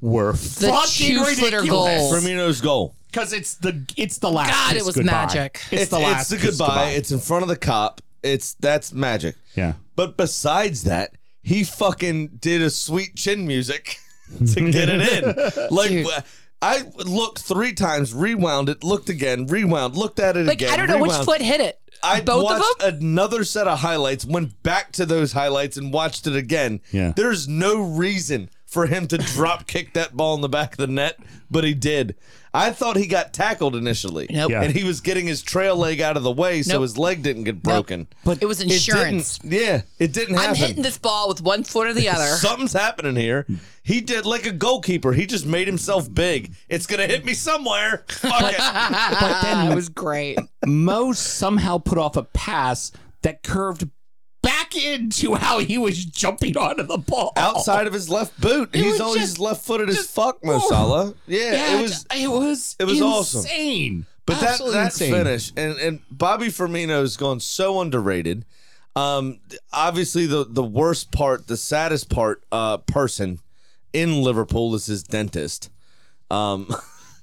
S3: were
S6: The
S3: fucking
S6: two-footer goal.
S3: ridiculous.
S2: Firmino's goal.
S3: Because it's the it's the last.
S6: God,
S3: kiss
S6: it was
S3: goodbye.
S6: magic.
S3: It's, the last.
S2: It's the
S3: kiss
S2: goodbye. It's in front of the cop. It's that's magic.
S3: yeah.
S2: But besides that, he fucking did a sweet chin music to get it in. Like
S6: Dude.
S2: I looked three times, rewound it, looked again, rewound, looked at it
S6: Like,
S2: again.
S6: I don't know which
S2: rewound.
S6: foot hit it.
S2: I
S6: Both of
S2: watched
S6: them?
S2: another set of highlights, went back to those highlights and watched it again.
S3: Yeah.
S2: There's no reason for him to drop kick that ball in the back of the net, but he did. I thought he got tackled initially.
S6: Nope.
S3: Yeah.
S2: And he was getting his trail leg out of the way so
S6: Nope.
S2: his leg didn't get broken.
S6: But it was
S2: It
S6: insurance.
S2: didn't- yeah, it didn't happen.
S6: I'm hitting this ball with one foot or the other.
S2: Something's happening here. He did like a goalkeeper. He just made himself big. It's gonna hit me somewhere. Fuck it.
S6: Ah, it was great.
S3: Mo somehow put off a pass that curved back into how he was jumping onto the ball.
S2: Outside of his left boot, he's
S3: was
S2: always
S3: just-
S2: left footed as
S3: just-
S2: fuck, Mo
S3: oh.
S2: Salah. Yeah,
S3: Yeah,
S2: it was.
S3: it was
S2: it was awesome.
S3: insane.
S2: But that
S3: Absolutely
S2: that
S3: insane.
S2: finish and and Bobby Firmino has gone so underrated. Um, obviously the the worst part, the saddest part, uh, person in Liverpool is his dentist. Um.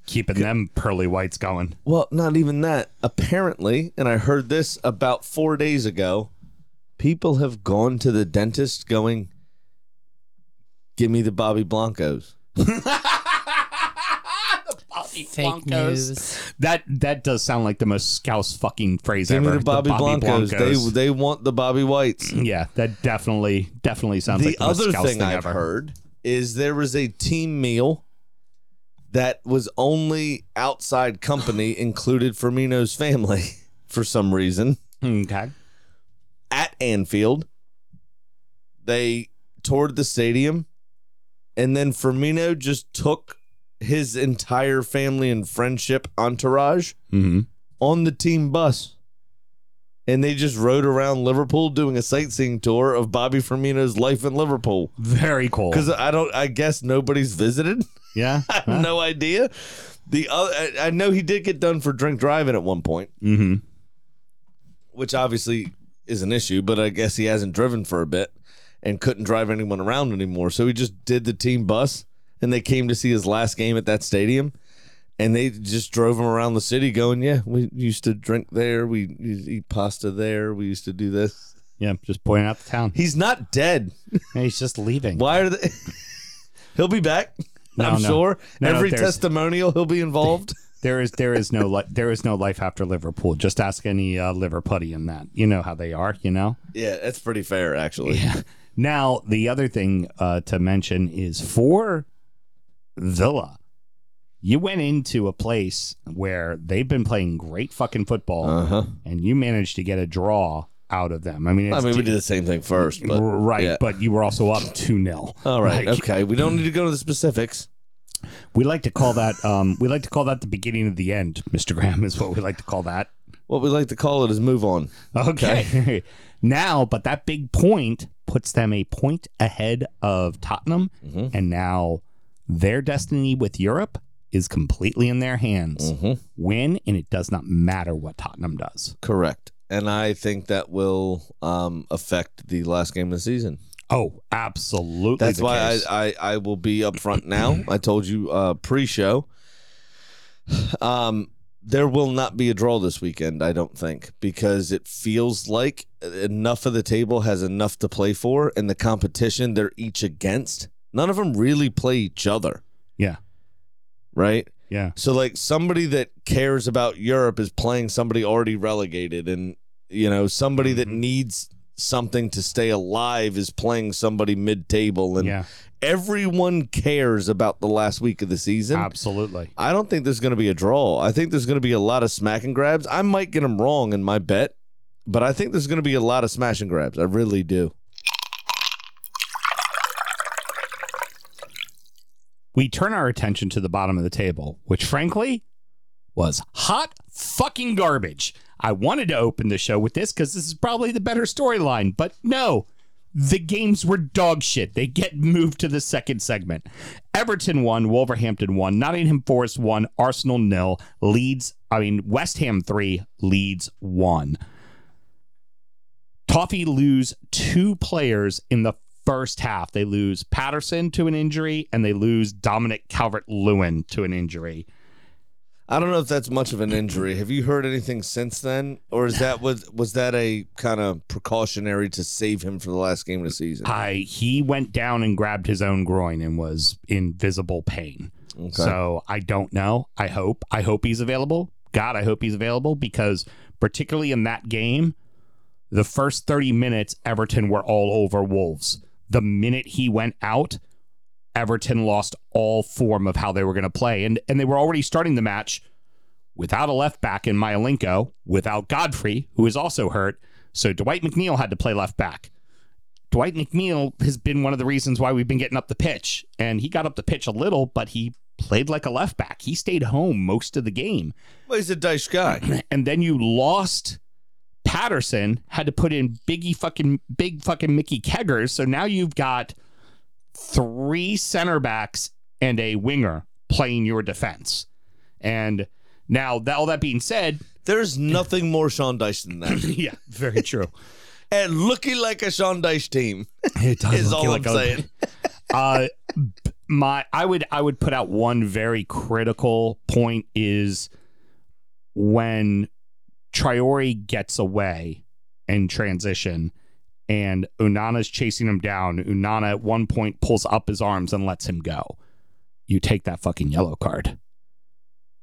S3: keeping them pearly whites going.
S2: Well, not even that. Apparently, and I heard this about four days ago, people have gone to the dentist going, Give me the Bobby Blancos.
S6: Fake news.
S3: That that does sound like the most scouse fucking phrase
S2: Give
S3: ever.
S2: me the Bobby, Blancos.
S3: Blancos.
S2: They they want the Bobby Whites.
S3: yeah, that definitely definitely sounds
S2: the
S3: like the most
S2: other
S3: scouse
S2: thing I've
S3: ever.
S2: heard is there was a team meal that was only outside company included Firmino's family for some reason.
S3: Okay.
S2: at Anfield. They toured the stadium, and then Firmino just took his entire family and friendship entourage
S3: Mm-hmm.
S2: on the team bus. And they just rode around Liverpool doing a sightseeing tour of Bobby Firmino's life in Liverpool.
S3: Very cool.
S2: Because I don't, I guess nobody's visited.
S3: Yeah.
S2: I have no idea. The other, I- I know he did get done for drink driving at one point
S3: mm-hmm.
S2: which obviously is an issue, but I guess he hasn't driven for a bit and couldn't drive anyone around anymore. So he just did the team bus and they came to see his last game at that stadium. And they just drove him around the city going, Yeah, we used to drink there. We used to eat pasta there. We used to do this.
S3: Yeah. Just pointing out the town.
S2: He's not dead.
S3: Yeah, he's just leaving.
S2: Why are they? he'll be back.
S3: No,
S2: I'm
S3: no.
S2: sure.
S3: No, no,
S2: Every
S3: there's-
S2: testimonial, he'll be involved.
S3: There is there is no li- there is no life after Liverpool. Just ask any uh, liver putty in that. You know how they are. You know.
S2: yeah, that's pretty fair, actually.
S3: Now, the other thing uh, to mention is for Villa, you went into a place where they've been playing great fucking football,
S2: Uh huh.
S3: and you managed to get a draw out of them. I mean,
S2: I
S3: it's
S2: mean, we did the same thing first, but
S3: right,
S2: yeah.
S3: but you were also up two 0
S2: All right. okay. We don't need to go to the specifics.
S3: We like to call that um, we like to call that the beginning of the end, Mr. Graham is what we like to call that.
S2: What we like to call it is move on.
S3: Okay. now, but that big point puts them a point ahead of Tottenham. And now their destiny with Europe is completely in their hands. Win, and it does not matter what Tottenham does.
S2: Correct. And I think that will um, affect the last game of the season.
S3: Oh, absolutely.
S2: That's
S3: the
S2: why
S3: case.
S2: I, I, I will be upfront now. I told you uh, pre show. Um, there will not be a draw this weekend, I don't think, because it feels like enough of the table has enough to play for, and the competition they're each against, none of them really play each other,
S3: yeah.
S2: right?
S3: Yeah.
S2: So like somebody that cares about Europe is playing somebody already relegated and you know somebody that
S3: Mm-hmm.
S2: needs something to stay alive is playing somebody mid-table and
S3: Yeah.
S2: everyone cares about the last week of the season.
S3: Absolutely.
S2: I don't think there's going to be a draw. I think there's going to be a lot of smack and grabs. I might get them wrong in my bet, but I think there's going to be a lot of smash and grabs. I really do.
S3: we turn our attention to the bottom of the table, which frankly was hot fucking garbage. I wanted to open the show with this because this is probably the better storyline, but no. The games were dog shit. They get moved to the second segment. Everton won, Wolverhampton won, Nottingham Forest won, Arsenal nil, Leeds, I mean, West Ham three, Leeds one. Toffee lose two players in the first half. They lose Patterson to an injury and they lose Dominic Calvert Lewin to an injury.
S2: I don't know if that's much of an injury. Have you heard anything since then, or is that was was that a kind of precautionary to save him for the last game of the season?
S3: I he went down and grabbed his own groin and was in visible pain.
S2: Okay.
S3: So I don't know. I hope. I hope he's available. God, I hope he's available because particularly in that game, the first 30 minutes, Everton were all over Wolves. The minute he went out, Everton lost all form of how they were going to play. And and they were already starting the match without a left back in Myelenko, without Godfrey, who is also hurt. So Dwight McNeil had to play left back. Dwight McNeil has been one of the reasons why we've been getting up the pitch. And he got up the pitch a little, but he played like a left back. He stayed home most of the game.
S2: well, he's a dice guy.
S3: And then you lost Patterson, had to put in biggie fucking big fucking Mickey Keggers. So now you've got three center backs and a winger playing your defense. And now that all that being said,
S2: There's nothing more Sean Dice than that.
S3: yeah, very true.
S2: and looking like a Sean Dice team
S3: It does
S2: is
S3: look
S2: all
S3: like
S2: I'm
S3: a-
S2: saying.
S3: uh b- my i would i would put out one very critical point is when triori gets away in transition and unana's chasing him down unana at one point pulls up his arms and lets him go you take that fucking yellow card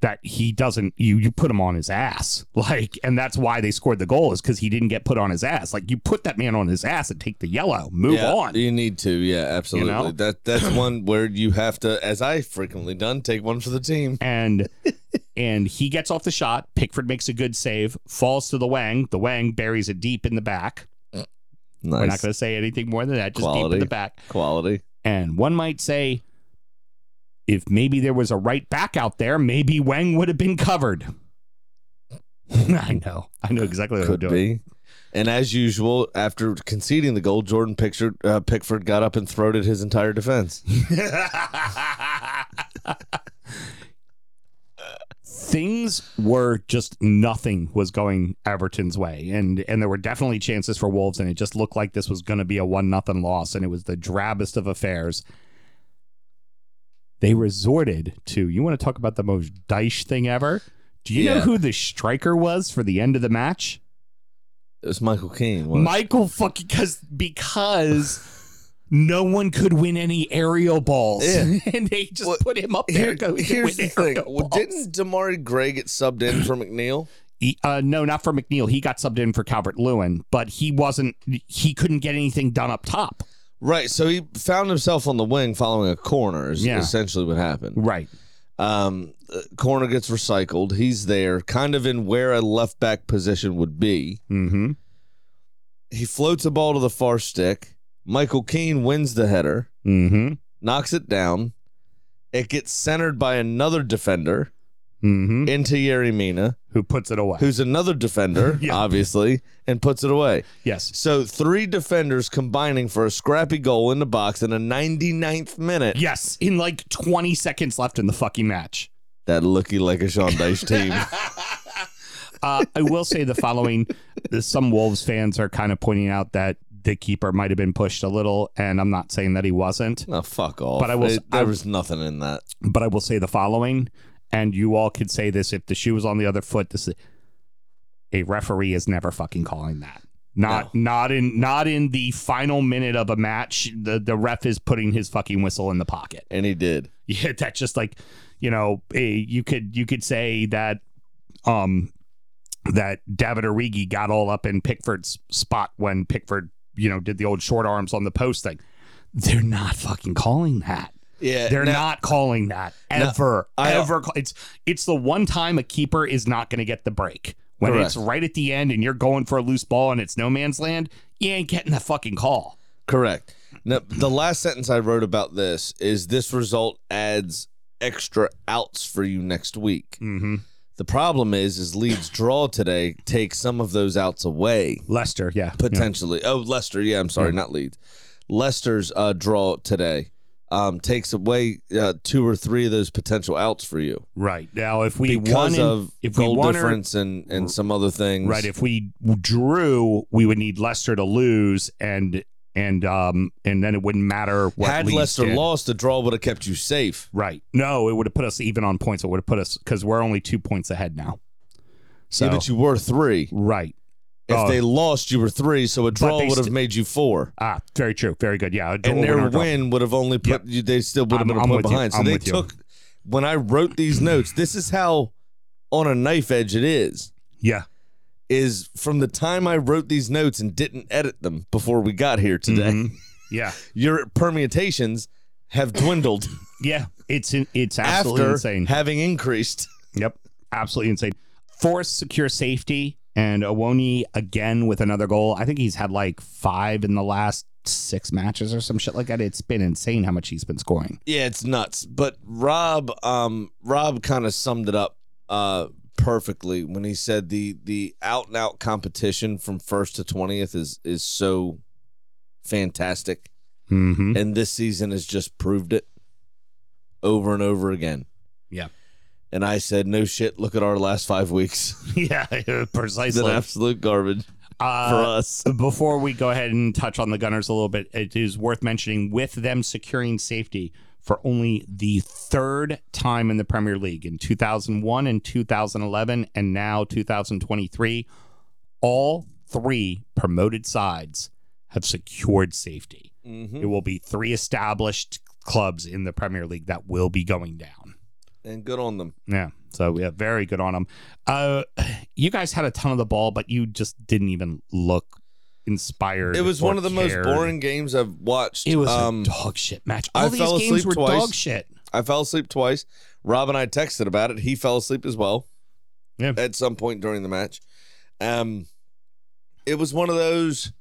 S3: that he doesn't you you put him on his ass like and that's why they scored the goal is because he didn't get put on his ass like you put that man on his ass and take the yellow move
S2: Yeah,
S3: on
S2: You need to, yeah, absolutely.
S3: know?
S2: That that's one where you have to, as I frequently done, take one for the team.
S3: and and he gets off the shot. Pickford makes a good save, falls to the Wang. The Wang buries it deep in the back.
S2: Nice
S3: We're not going to say anything more than that. Just deep in
S2: Quality.
S3: the back.
S2: quality.
S3: And one might say, if maybe there was a right back out there, maybe Wang would have been covered. I know. I know exactly what
S2: Could
S3: I'm doing.
S2: be. And as usual, after conceding the goal, Jordan Pickford, uh, Pickford got up and throated his entire defense.
S3: Things were just nothing was going Everton's way, and and there were definitely chances for Wolves, and it just looked like this was going to be a one nothing loss, and it was the drabbest of affairs. They resorted to you want to talk about the most dice thing ever. Do you know
S2: Yeah.
S3: who the striker was for the end of the match?
S2: It was Michael Keane. wasn't it?
S3: Michael fucking because because no one could win any aerial balls,
S2: Yeah.
S3: and they just
S2: Well,
S3: put him up there.
S2: Here-
S3: and go, "You can
S2: here's
S3: win
S2: the thing.
S3: aerial
S2: Well,
S3: balls."
S2: didn't Damari Gray get subbed in for McNeil?
S3: He- uh, no, not for McNeil. He got subbed in for Calvert Lewin, but he wasn't. He couldn't get anything done up top.
S2: Right. So he found himself on the wing following a corner, is
S3: Yeah.
S2: essentially what happened.
S3: Right.
S2: Um, uh, corner gets recycled. He's there, kind of in where a left back position would be.
S3: Mm-hmm.
S2: He floats a ball to the far stick. Michael Keane wins the header,
S3: Mm-hmm.
S2: knocks it down. It gets centered by another defender
S3: Mm-hmm.
S2: into Yeri Mina,
S3: Who puts it away?
S2: who's another defender,
S3: Yeah.
S2: obviously, and puts it away.
S3: yes.
S2: So three defenders combining for a scrappy goal in the box in the 99th minute.
S3: Yes. In like 20 seconds left in the fucking match.
S2: That looky like a Sean Dyche team.
S3: Uh, I will say the following: some Wolves fans are kind of pointing out that the keeper might have been pushed a little, and I'm not saying that he wasn't,
S2: no, fuck off.
S3: But I will s-
S2: there
S3: I-
S2: was nothing in that.
S3: but I will say the following, and you all could say this if the shoe was on the other foot. This a referee is never fucking calling that. Not not in not in the final minute of a match. The the ref is putting his fucking whistle in the pocket.
S2: And he did.
S3: yeah that's just like you know eh, you could you could say that um that David Origi got all up in Pickford's spot when Pickford you know did the old short arms on the post thing they're not fucking calling that
S2: Yeah.
S3: they're not calling that ever
S2: eh, I-
S3: ever ca- it's it's the one time a keeper is not going to get the break when it's
S2: Correct.
S3: right at the end and you're going for a loose ball and it's no man's land you ain't getting the fucking call
S2: Correct. Now, the last sentence I wrote about this is this result adds extra outs for you next week.
S3: mm-hmm.
S2: The problem is, is Leeds draw today takes some of those outs away
S3: Lester yeah
S2: potentially. Oh, Leicester. Yeah, I'm sorry, not Leeds. Leicester's uh, draw today um, takes away uh, two or three of those potential outs for you
S3: right now if we won
S2: because
S3: in-
S2: of
S3: if we
S2: goal
S3: won or-
S2: difference and and some other things.
S3: Right. If we drew, we would need Leicester to lose, and and um and then it wouldn't matter what.
S2: had
S3: Leeds
S2: Leicester
S3: did.
S2: lost, the draw would have kept you safe.
S3: right? No, it would have put us even on points. It would have put us because we're only two points ahead now. So
S2: Yeah, but you were three.
S3: right.
S2: If
S3: Oh.
S2: they lost, you were three, so a draw
S3: they
S2: would have
S3: st-
S2: made you four.
S3: Ah, very true. Very good. Yeah. a draw
S2: And their
S3: winner
S2: win
S3: draw.
S2: would have only put
S3: Yep.
S2: you, they still would have
S3: I'm-
S2: been a
S3: I'm
S2: point
S3: with you.
S2: behind. So
S3: I'm
S2: they
S3: with you.
S2: took, when I wrote these notes, this is how on a knife edge it is.
S3: Yeah.
S2: Is from the time I wrote these notes and didn't edit them before we got here today,
S3: Mhm. Yeah.
S2: your permutations have dwindled
S3: Yeah. It's in, it's absolutely
S2: after
S3: insane.
S2: having increased.
S3: Yep. Absolutely insane. Force secure safety and Awoni again with another goal. I think he's had like five in the last six matches or some shit like that. It's been insane how much he's been scoring.
S2: Yeah, it's nuts. But Rob, um, Rob kind of summed it up uh, perfectly when he said the the out and out competition from first to twentieth is is so fantastic,
S3: Mm-hmm.
S2: and this season has just proved it over and over again.
S3: Yeah.
S2: And I said, no shit. Look at our last five weeks.
S3: yeah,
S2: It's an
S3: precisely.
S2: absolute garbage for
S3: Uh,
S2: us.
S3: before we go ahead and touch on the Gunners a little bit, it is worth mentioning with them securing safety for only the third time in the Premier League in 2001 and 2011 and now 2023, all three promoted sides have secured safety.
S2: Mhm.
S3: It will be three established clubs in the Premier League that will be going down.
S2: And good on them.
S3: Yeah. So yeah, very good on them. Uh, you guys had a ton of the ball, but you just didn't even look inspired.
S2: It was
S3: or
S2: one of the most
S3: cared.
S2: boring games I've watched.
S3: It was
S2: um,
S3: a dog shit match.
S2: I
S3: All these
S2: fell
S3: games
S2: asleep
S3: were
S2: twice.
S3: dog shit.
S2: I fell asleep twice. Rob and I texted about it. He fell asleep as well.
S3: Yeah.
S2: At some point during the match. Um it was one of those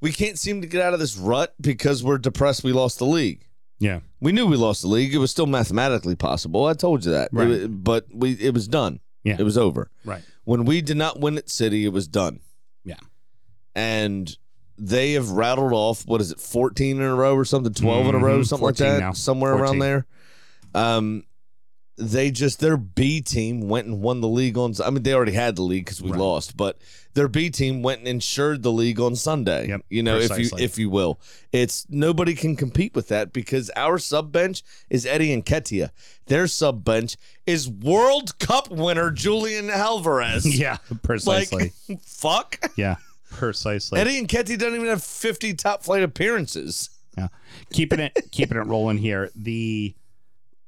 S2: we can't seem to get out of this rut because we're depressed we lost the league.
S3: Yeah.
S2: We knew we lost the league. It was still mathematically possible. I told you that. It
S3: Right.
S2: wa- but we it was done.
S3: Yeah.
S2: It was over.
S3: Right.
S2: When we did not win at City, it was done.
S3: Yeah.
S2: And they have rattled off what is it, fourteen in a row or something, 12 in a row,
S3: Mhm,
S2: something like
S3: 14
S2: that,
S3: now.
S2: somewhere around
S3: 14.
S2: there. Um, they just their B team went and won the league on. I mean, they already had the league because we
S3: Right.
S2: lost, but their B team went and insured the league on Sunday.
S3: Yep,
S2: you know, if
S3: precisely.
S2: you if you will, it's nobody can compete with that because our sub bench is Eddie and Ketia. Their sub bench is World Cup winner Julian Alvarez.
S3: Yeah.
S2: like
S3: Precisely.
S2: fuck.
S3: yeah. Precisely.
S2: Eddie and Ketia doesn't even have fifty top flight appearances.
S3: Yeah. Keeping it keeping it rolling here. The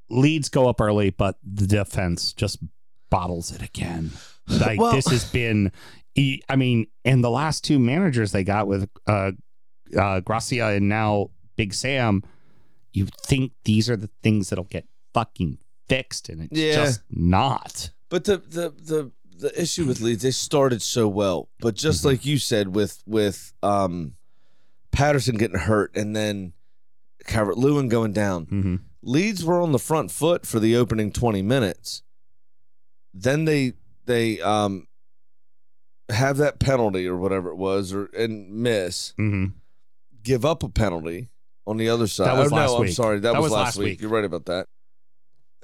S3: leads go up early, but the defense just bottles it again. Like
S2: Well-
S3: this has been e- I mean, and the last two managers they got with uh uh Gracia and now Big Sam, you think these are the things that'll get fucking fixed and it's
S2: Yeah.
S3: just not.
S2: But the the the the issue with Leeds, they started so well, but just
S3: Mm-hmm.
S2: like you said, with with um, Patterson getting hurt and then Calvert Lewin going down,
S3: Mm-hmm.
S2: Leeds were on the front foot for the opening 20 minutes. Then they they um have that penalty or whatever it was or and miss,
S3: Mm-hmm.
S2: give up a penalty on the other side.
S3: That was
S2: oh,
S3: last
S2: no,
S3: week.
S2: I'm sorry. That, was, last week. You're right about that.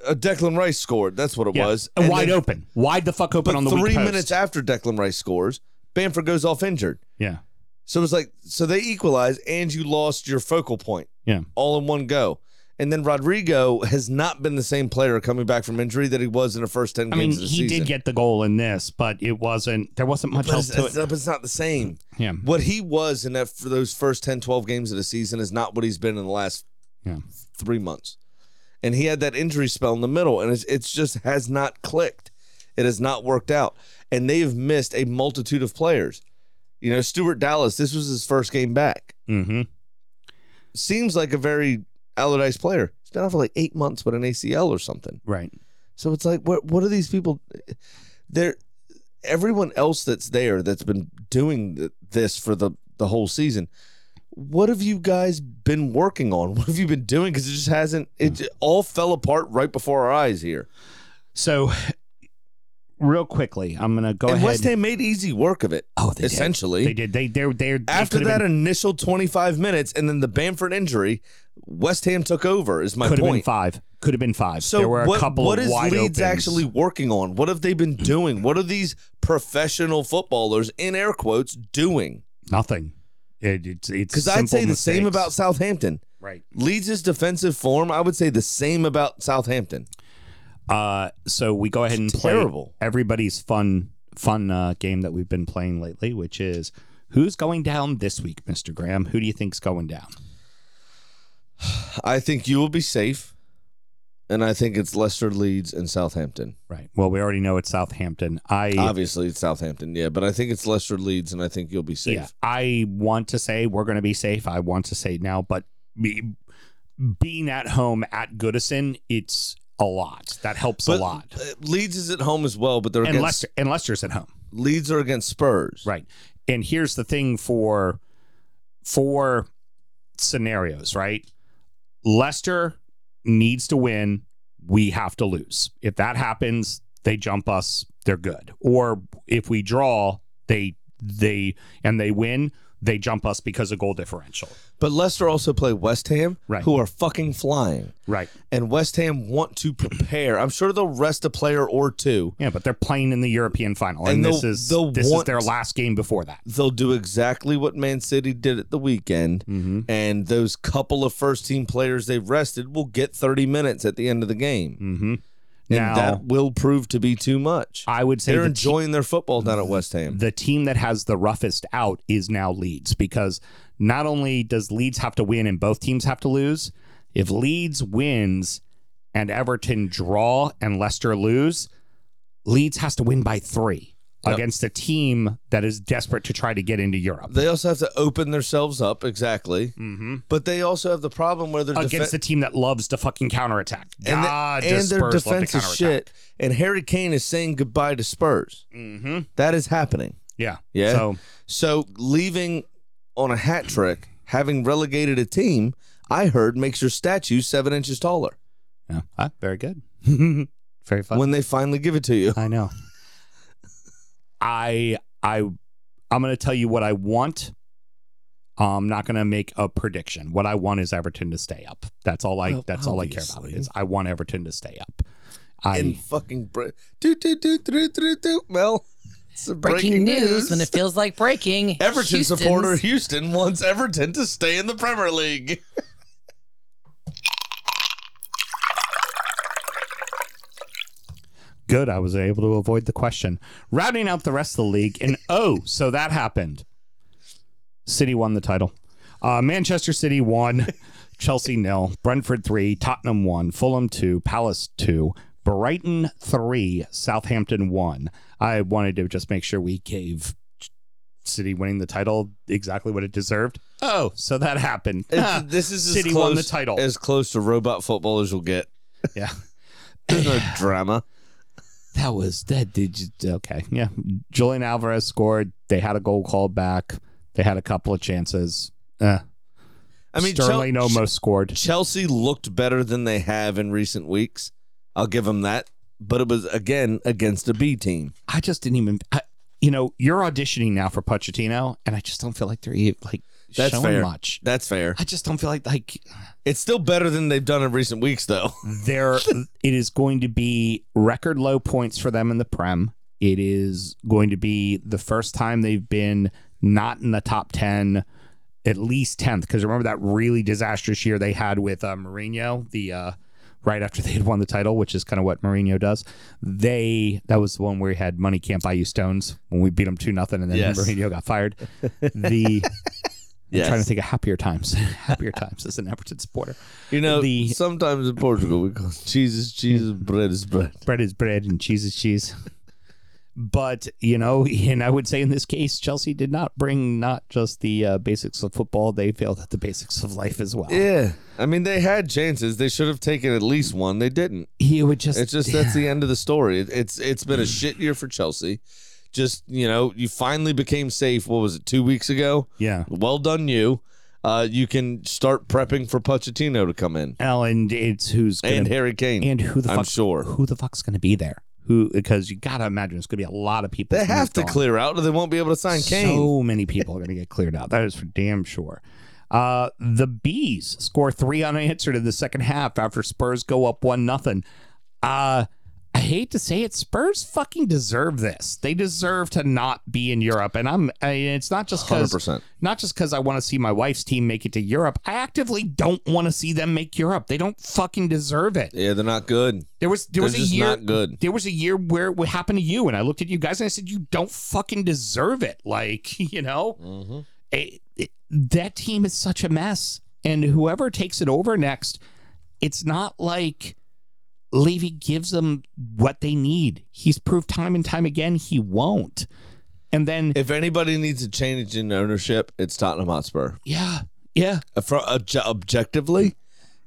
S2: Uh, Declan Rice scored. That's what it was. And
S3: wide
S2: then-
S3: open, wide the fuck open
S2: But
S3: on the weak
S2: three
S3: post.
S2: minutes after Declan Rice scores, Bamford goes off injured.
S3: Yeah,
S2: So it was like, so they equalize and you lost your focal point.
S3: Yeah.
S2: All in one go. And then Rodrigo has not been the same player coming back from injury that he was in the first 10
S3: I mean
S2: games of the
S3: he
S2: season.
S3: did get the goal in this, but it wasn't. There wasn't much
S2: but
S3: else
S2: it's,
S3: to
S2: it's,
S3: it.
S2: but it's not the same.
S3: Yeah,
S2: What he was in that for those first 10, 12 games of the season is not what he's been in the last
S3: Yeah.
S2: three months. And he had that injury spell in the middle, and it's, it's just has not clicked. It has not worked out. And they have missed a multitude of players. You know, Stuart Dallas, this was his first game back.
S3: mm-hmm.
S2: seems like a very Allardyce player. He's been out for like eight months with an ACL or something.
S3: right.
S2: So it's like, what what are these people? They're everyone else that's there that's been doing th- this for the the whole season. What have you guys been working on? What have you been doing? Because it just hasn't.
S3: Hmm.
S2: It j- all fell apart right before our eyes here.
S3: So, real quickly, I'm gonna go
S2: and
S3: ahead.
S2: West Ham made easy work of it.
S3: oh, they did.
S2: essentially,
S3: They did. They they're they're they
S2: after
S3: could've
S2: that
S3: been-
S2: initial twenty five minutes, and then the Bamford injury, West Ham took over. Is my
S3: could have
S2: point.
S3: been five. Could have been five.
S2: So
S3: there were a
S2: what,
S3: couple
S2: what
S3: of
S2: is
S3: wide
S2: Leeds
S3: opens.
S2: actually working on? What have they been doing? What are these professional footballers in air quotes doing?
S3: nothing. It, it's it's
S2: Because I'd
S3: simple
S2: say the same
S3: mistakes.
S2: about Southampton.
S3: right.
S2: Leeds' defensive form, I would say the same about Southampton.
S3: Uh, so we go ahead and play
S2: terrible.
S3: everybody's fun fun uh, game that we've been playing lately, which is who's going down this week, Mister Graham? Who do you think's going down?
S2: I think you will be safe, and I think it's Leicester, Leeds, and Southampton.
S3: Right. Well, we already know it's Southampton. I
S2: Obviously, it's Southampton, yeah, but I think it's Leicester, Leeds, and I think you'll be safe.
S3: Yeah, I want to say we're going to be safe. I want to say now, but be, being at home at Goodison, it's a lot. That helps
S2: But,
S3: a lot.
S2: uh, Leeds is at home as well, but they're
S3: And
S2: against,
S3: Leicester, and Leicester's at home.
S2: Leeds are against Spurs.
S3: Right. And here's the thing for for scenarios, right? Leicester needs to win, we have to lose. If that happens, they jump us, they're good. Or if we draw, they they and they win, they jump us because of goal differential.
S2: But Leicester also play West Ham,
S3: Right.
S2: who are fucking flying.
S3: Right.
S2: and West Ham want to prepare. I'm sure they'll rest a player or two.
S3: Yeah, but they're playing in the European final.
S2: And
S3: And, this
S2: they'll-
S3: is
S2: they'll
S3: this
S2: want-
S3: is their last game before that.
S2: They'll do exactly what Man City did at the weekend,
S3: Mm-hmm.
S2: and those couple of first team players they've rested will get 30 minutes at the end of the game.
S3: Mm-hmm.
S2: And
S3: Now
S2: that will prove to be too much.
S3: I would say
S2: They're
S3: the te-
S2: enjoying their football down at West Ham.
S3: the team that has the roughest out is now Leeds because not only does Leeds have to win and both teams have to lose, if Leeds wins and Everton draw and Leicester lose, Leeds has to win by three
S2: Yep.
S3: against a team that is desperate to try to get into Europe.
S2: They also have to open themselves up, exactly.
S3: hmm
S2: But they also have the problem where their defen-
S3: Against the team that loves to fucking counterattack.
S2: and, the-
S3: God,
S2: and
S3: does
S2: their
S3: Spurs love to
S2: defense is
S3: counterattack.
S2: shit. And Harry Kane is saying goodbye to Spurs.
S3: Mhm.
S2: That is happening.
S3: Yeah.
S2: Yeah.
S3: So
S2: So leaving on a hat trick, having relegated a team, I heard makes your statue seven inches taller
S3: yeah. Ah, very good. very fun.
S2: when they finally give it to you.
S3: I know. I I I'm gonna tell you what I want. I'm not gonna make a prediction. What I want is Everton to stay up. That's all I.
S2: Well,
S3: that's all I care about.
S2: obviously.
S3: Is I want Everton to stay up. I
S2: And fucking br- do do do do do do. Mel, it's the
S6: Breaking, news. when it feels like breaking.
S2: Everton
S6: Houston's-
S2: supporter Houston wants Everton to stay in the Premier League.
S3: good. I was able to avoid the question. Routing out the rest of the league, and oh, so that happened. City won the title. Uh, Manchester City won. Chelsea nil. Brentford three. Tottenham one. Fulham two. Palace two. Brighton three. Southampton one. I wanted to just make sure we gave City winning the title exactly what it deserved. Oh, so that happened.
S2: It's- this is as
S3: City
S2: close,
S3: won the title.
S2: As close to robot football as you'll get.
S3: yeah.
S2: There's no drama.
S3: That was that did you okay. Yeah. Julian Alvarez scored. They had a goal called back. They had a couple of chances. Eh.
S2: I mean, Chel-
S3: Sterling almost scored.
S2: Chelsea looked better than they have in recent weeks. I'll give them that. But it was again against a B team.
S3: I just didn't even. I, you know, you're auditioning now for Pochettino, and I just don't feel like they're even, like
S2: That's
S3: showing
S2: fair.
S3: much.
S2: That's fair.
S3: I just don't feel like like
S2: It's still better than they've done in recent weeks, though.
S3: there it is going to be record low points for them in the prem it is going to be the first time they've been not in the top 10 at least 10th because remember that really disastrous year they had with uh, Mourinho the uh Right after they had won the title, which is kind of what Mourinho does, they—that was the one where he had money can't buy you stones when we beat them two nothing, and then
S2: Yes.
S3: Mourinho got fired. The I'm trying
S2: Yes.
S3: to think of happier times, happier times as an Everton supporter.
S2: You know,
S3: The-
S2: sometimes in Portugal we call Jesus, Jesus, bread is bread.
S3: bread is bread and cheese is cheese. But you know, and I would say in this case, Chelsea did not bring not just the uh, basics of football; they failed at the basics of life as well.
S2: Yeah. I mean, they had chances. They should have taken at least one. They didn't.
S3: He would just,
S2: It's just that's the end of the story. It, it's it's been a shit year for Chelsea. Just you know, you finally became safe. What was it? Two weeks ago.
S3: yeah.
S2: Well done, you. Uh, you can start prepping for Pochettino to come in
S3: Alan, it's who's gonna,
S2: and Harry Kane.
S3: and who the
S2: I'm
S3: fuck
S2: sure.
S3: who the fuck's going to be there? Who because you gotta imagine it's going to be a lot of people.
S2: they have
S3: moved
S2: to
S3: on.
S2: clear out, or they won't be able to sign Kane.
S3: So many people are going to get cleared out. That is for damn sure. Uh, the bees score three unanswered in the second half after Spurs go up one nothing. Uh, I hate to say it, Spurs fucking deserve this. They deserve to not be in Europe, and I'm. I, it's not just
S2: Hundred
S3: because
S2: percent.
S3: not just because I want to see my wife's team make it to Europe. I actively don't want to see them make Europe. They don't fucking deserve it.
S2: Yeah, they're not good.
S3: There was
S2: They're
S3: there was a
S2: just
S3: year
S2: not good.
S3: there was a year where it would happen to you, and I looked at you guys and I said, "You don't fucking deserve it." Like you know, it- it- that team is such a mess, and whoever takes it over next, it's not like Levy gives them what they need. He's proved time and time again he won't. And then
S2: If anybody needs a change in ownership, it's Tottenham Hotspur.
S3: yeah, yeah,
S2: Uh, For, obje- objectively,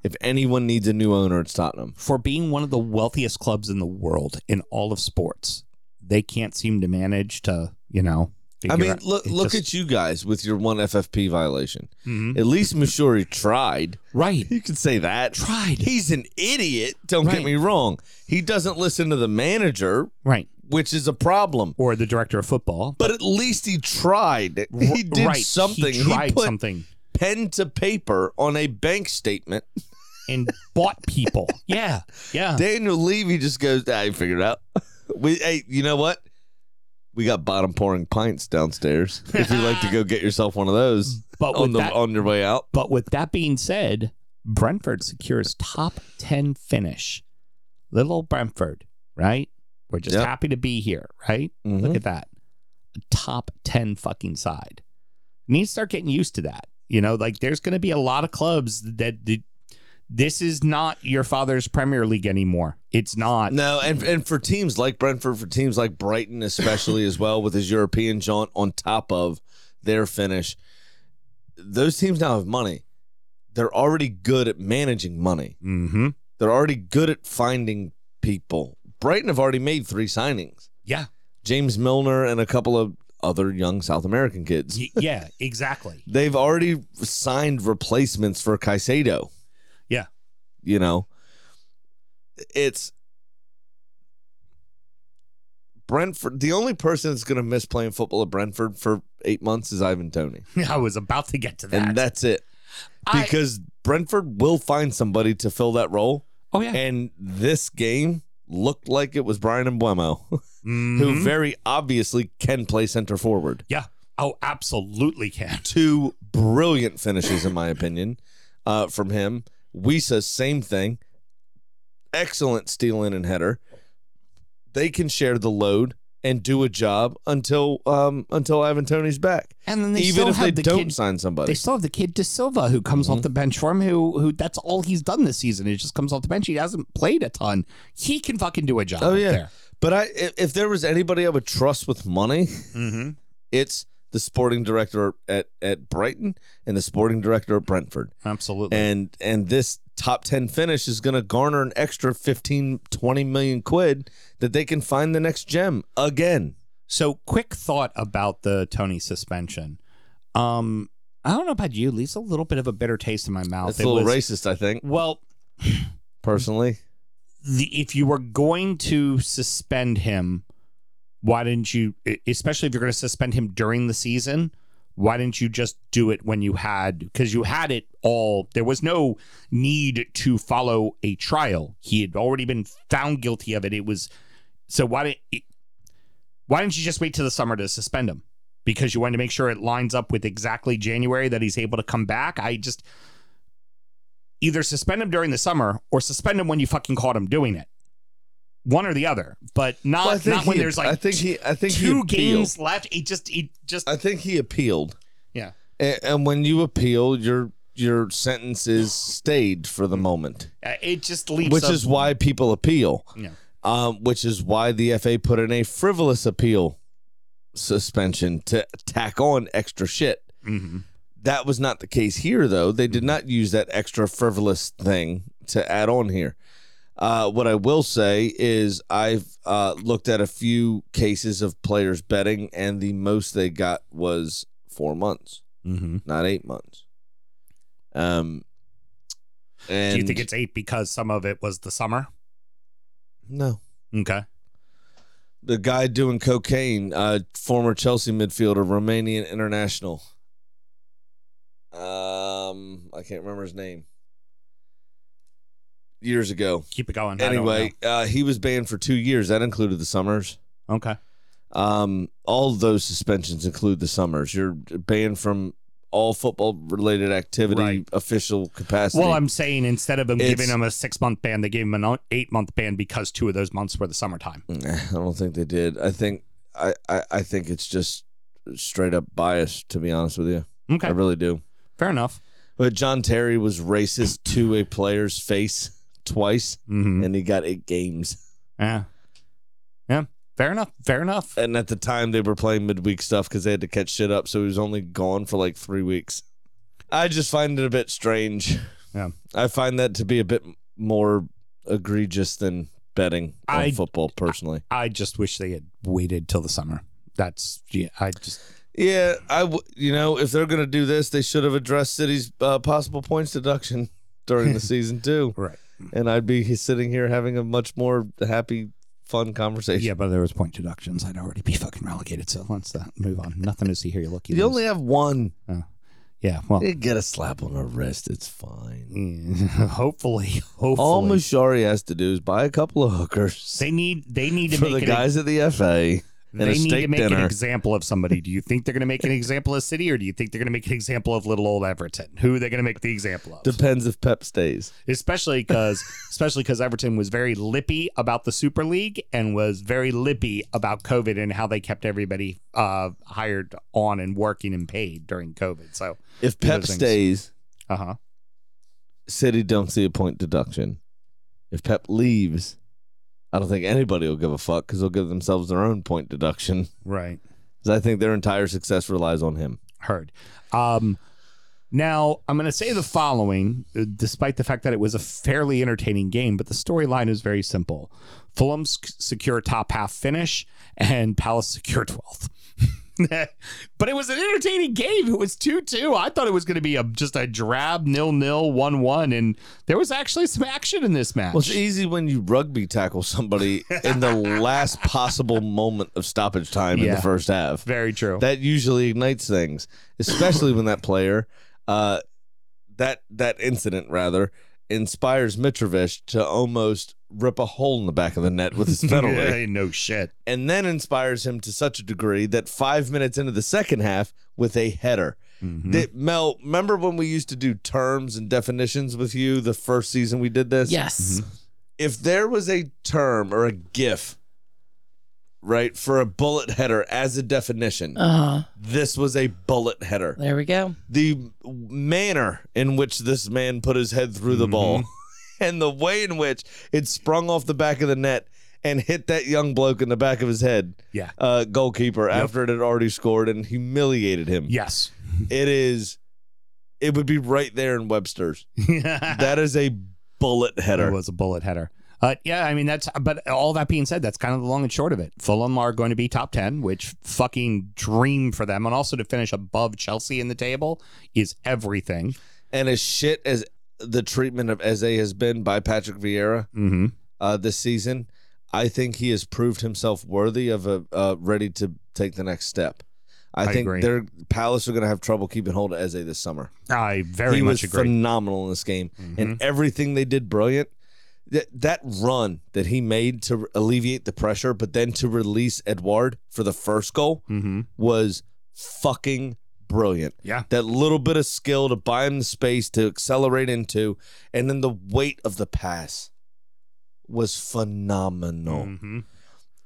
S2: if anyone needs a new owner, it's Tottenham.
S3: for being one of the wealthiest clubs in the world in all of sports, they can't seem to manage to you know.
S2: I
S3: figure
S2: mean,
S3: out-
S2: look
S3: it
S2: look
S3: just-
S2: at you guys with your one FFP violation.
S3: Mhm.
S2: At least Missouri tried.
S3: right.
S2: You could say that.
S3: Tried.
S2: He's an idiot. Don't get
S3: Right.
S2: me wrong. He doesn't listen to the manager,
S3: Right.
S2: which is a problem.
S3: Or the director of football.
S2: But at least he tried. He did
S3: right.
S2: something.
S3: He
S2: He,
S3: tried
S2: put
S3: something
S2: pen to paper on a bank statement.
S3: and bought people. yeah. Yeah.
S2: Daniel Levy just goes, I figured it out. We, hey, you know what? We got bottom pouring pints downstairs. If you'd like to go get yourself one of those
S3: But
S2: on
S3: with
S2: the
S3: that,
S2: on your way out,
S3: but with that being said, Brentford secures top ten finish. Little old Brentford, right? We're just
S2: Yep.
S3: happy to be here, right?
S2: Mm-hmm.
S3: Look at that. A top 10 fucking side. You need to start getting used to that. You know, like there's going to be a lot of clubs that, that this is not your father's Premier League anymore. It's not.
S2: No, and and for teams like Brentford, for teams like Brighton, especially as well with his European jaunt on top of their finish, those teams now have money. They're already good at managing money.
S3: Mm-hmm.
S2: They're already good at finding people. Brighton have already made three signings:
S3: Yeah.
S2: James Milner and a couple of other young South American kids.
S3: Y- yeah, exactly.
S2: They've already signed replacements for Caicedo.
S3: Yeah.
S2: You know, it's Brentford. The only person that's going to miss playing football at Brentford for eight months is Ivan Tony.
S3: I was about to get to that.
S2: And that's it.
S3: I-
S2: Because Brentford will find somebody to fill that role.
S3: oh yeah,
S2: And this game looked like it was Brian and Buemo, who
S3: Mhm.
S2: very obviously can play center forward.
S3: yeah. Oh, absolutely can.
S2: two brilliant finishes, in my opinion, uh, from him. Wisa, same thing. Excellent steal in and header. They can share the load and do a job until um, until Ivan Tony's back.
S3: And then
S2: Even if they don't
S3: kid.
S2: sign somebody.
S3: They still have the kid De Silva who comes off the bench for him. Who who that's all he's done this season. He just comes off the bench. He hasn't played a ton. He can fucking do a job.
S2: Oh,
S3: up
S2: yeah.
S3: there.
S2: but I, if, if there was anybody I would trust with money,
S3: Mm-hmm.
S2: it's the sporting director at, at Brighton and the sporting director at Brentford.
S3: absolutely.
S2: and and this top 10 finish is going to garner an extra 15 20 million quid that they can find the next gem again
S3: So, quick thought about the Tony suspension. Um, I don't know about you, leaves a little bit of a bitter taste in my mouth.
S2: It's
S3: It
S2: a little
S3: was-
S2: racist, I think,
S3: Well,
S2: personally.
S3: the, if you were going to suspend him, why didn't you? e- Especially if you're going to suspend him during the season, why didn't you just do it when you had? Because you had it all. There was no need to follow a trial. He had already been found guilty of it. It was so. Why didn't? It, why didn't you just wait till the summer to suspend him? Because you wanted to make sure it lines up with exactly January that he's able to come back. I just either suspend him during the summer or suspend him when you fucking caught him doing it. One or the other, but not
S2: Well, I think
S3: not when
S2: he-
S3: there's like
S2: I think he- I think he
S3: two
S2: appealed.
S3: games left. It just it just
S2: I think he appealed.
S3: yeah.
S2: And, and when you appeal, your your sentence is stayed for the moment,
S3: Uh, It just leaves
S2: which
S3: a-
S2: is why people appeal.
S3: Yeah.
S2: Um, which is why the FA put in a frivolous appeal suspension to tack on extra shit. Mm-hmm.
S3: Mhm.
S2: That was not the case here, though. They did not use that extra frivolous thing to add on here. Uh, what I will say is, I've uh, looked at a few cases of players betting, and the most they got was four months, not eight months. Um, and
S3: Do you think it's eight because some of it was the summer?
S2: no?
S3: Okay,
S2: the guy doing cocaine, uh, former Chelsea midfielder, Romanian international. Um, I can't remember his name. Years ago.
S3: keep it going. I don't
S2: Anyway, uh, he was banned for two years. That included the summers.
S3: know. okay.
S2: Um, all those suspensions include the summers. You're banned from all football related activity,
S3: Right.
S2: official capacity.
S3: Well, I'm saying instead of them
S2: It's-
S3: giving him a six month ban, they gave him an eight month ban because two of those months were the summertime.
S2: Nah, I don't think they did. I think I, I, I think it's just straight up bias. To be honest with you,
S3: Okay,
S2: I really do.
S3: fair enough.
S2: But John Terry was racist to a player's face twice,
S3: Mm-hmm.
S2: and he got eight games.
S3: Yeah, yeah, fair enough. Fair enough.
S2: And at the time, they were playing midweek stuff because they had to catch shit up, so he was only gone for like three weeks. I just find it a bit strange.
S3: Yeah.
S2: I find that to be a bit more egregious than betting on
S3: I-
S2: football personally.
S3: I just wish they had waited till the summer. That's yeah. I just
S2: Yeah, I w- you know if they're gonna do this, they should have addressed City's uh, possible points deduction during the season too.
S3: right.
S2: and I'd be sitting here having a much more happy, fun conversation.
S3: Yeah, but there was point deductions. I'd already be fucking relegated. So let's uh, move on. Nothing to see here. You look.
S2: You
S3: lose.
S2: only have one.
S3: yeah. Well,
S2: You get a slap on the wrist. It's fine.
S3: hopefully, Mm. hopefully,
S2: All Mushari has to do is buy a couple of hookers
S3: they need they need to
S2: for
S3: make
S2: the
S3: it a-
S2: guys at the FA and
S3: they
S2: a
S3: need to
S2: steak
S3: make an
S2: dinner.
S3: example of somebody. Do you think they're going to make an example of City, or do you think they're going to make an example of little old Everton? Who are they going to make the example of?
S2: Depends if Pep stays.
S3: especially because especially because Everton was very lippy about the Super League and was very lippy about COVID and how they kept everybody uh, hired on and working and paid during COVID. So,
S2: If
S3: Those
S2: Pep
S3: things.
S2: stays,
S3: uh huh.
S2: City don't see a point deduction. If Pep leaves, I don't think anybody will give a fuck because they'll give themselves their own point deduction.
S3: Right.
S2: 'Cause I think their entire success relies on him.
S3: heard. Um, now, I'm going to say the following, uh, despite the fact that it was a fairly entertaining game, but the storyline is very simple. Fulham sc- secure top half finish, and Palace secure 12th. but it was an entertaining game. It was 2 2. I thought it was going to be a, just a drab nil nil 1 1. And there was actually some action in this match.
S2: Well, it's easy when you rugby tackle somebody in the last possible moment of stoppage time in
S3: Yeah.
S2: the first half.
S3: very true.
S2: That usually ignites things, especially when that player, uh, that that incident rather, inspires Mitrovic to almost rip a hole in the back of the net with his penalty,
S3: Yeah, no shit.
S2: and then inspires him to such a degree that five minutes into the second half, with a header.
S3: Mm-hmm. Hmm.
S2: That- Mel, remember when we used to do terms and definitions with you the first season we did this?
S6: Yes.
S3: Mm-hmm.
S2: if there was a term or a gif right for a bullet header as a definition
S6: Uh huh.
S2: this was a bullet header
S6: There we go.
S2: the manner in which this man put his head through the ball
S3: Mm-hmm.
S2: and the way in which it sprung off the back of the net and hit that young bloke in the back of his head
S3: Yeah.
S2: uh, goalkeeper after it had already scored and humiliated him
S3: Yes.
S2: it is it would be right there in webster's that is a bullet
S3: It
S2: header
S3: was a bullet header. Uh, yeah, I mean that's. But all that being said, that's kind of the long and short of it. Fulham are going to be top ten, which fucking dream for them, and also to finish above Chelsea in the table is everything.
S2: And as shit as the treatment of Eze has been by Patrick Vieira
S3: Mm-hmm.
S2: uh, this season, I think he has proved himself worthy of a uh, ready to take the next step. I,
S3: I
S2: think
S3: agree.
S2: their Palace are going to have trouble keeping hold of Eze this summer.
S3: I very
S2: he
S3: much
S2: was
S3: agree. Mm-hmm.
S2: phenomenal in this game, and everything they did brilliant. That that run that he made to alleviate the pressure, but then to release Edward for the first goal
S3: mm-hmm.
S2: was fucking brilliant.
S3: Yeah.
S2: That little bit of skill to buy him the space to accelerate into, and then the weight of the pass was phenomenal.
S3: Mm-hmm.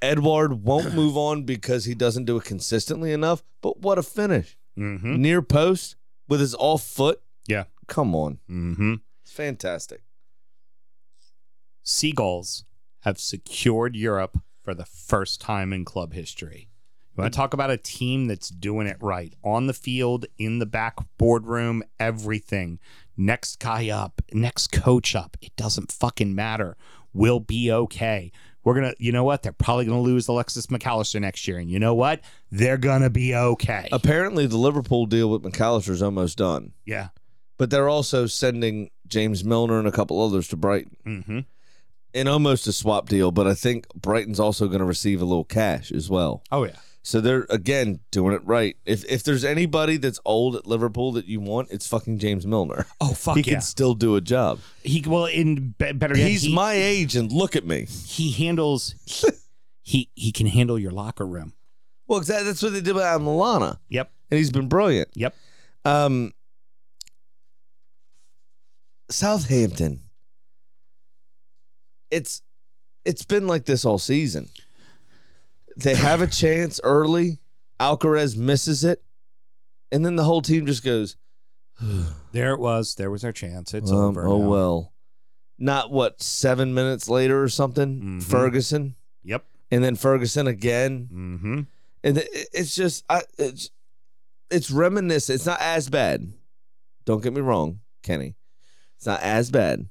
S2: Edward won't move on because he doesn't do it consistently enough, but what a finish.
S3: Mm-hmm.
S2: Near post with his off foot.
S3: Yeah.
S2: Come on.
S3: Mm-hmm.
S2: It's fantastic.
S3: Seagulls have secured Europe for the first time in club history. You want to talk about a team that's doing it right on the field, in the back boardroom, everything. Next guy up, next coach up. It doesn't fucking matter. We'll be okay. We're going to, you know what? They're probably going to lose Alexis McAllister next year. And you know what? They're going to be okay.
S2: Apparently, the Liverpool deal with McAllister is almost done,
S3: yeah.
S2: but they're also sending James Milner and a couple others to Brighton.
S3: Mm-hmm.
S2: in almost a swap deal, but I think Brighton's also going to receive a little cash as well.
S3: Oh, yeah.
S2: So they're again doing it right. If if there's anybody that's old at Liverpool that you want, it's fucking James Milner.
S3: Oh, fuck
S2: he
S3: yeah.
S2: can still do a job.
S3: he, well, in be- better yet,
S2: He's
S3: he-
S2: my age, and look at me.
S3: he handles he he can handle your locker room.
S2: Well, exactly. That's what they did with Adam Lallana,
S3: Yep.
S2: and he's been brilliant.
S3: Yep.
S2: Um, Southampton. It's it's been like this all season. They have a chance early. Alcaraz misses it, and then the whole team just goes,
S3: There it was. There was our chance. It's
S2: um,
S3: over.
S2: "Oh
S3: now.
S2: well." Not what seven minutes later or something.
S3: Mhm.
S2: Ferguson,
S3: Yep.
S2: and then Ferguson again,
S3: Mm-hmm.
S2: and it- it's just I, it's it's reminiscent. It's not as bad. Don't get me wrong, Kenny. It's not as bad,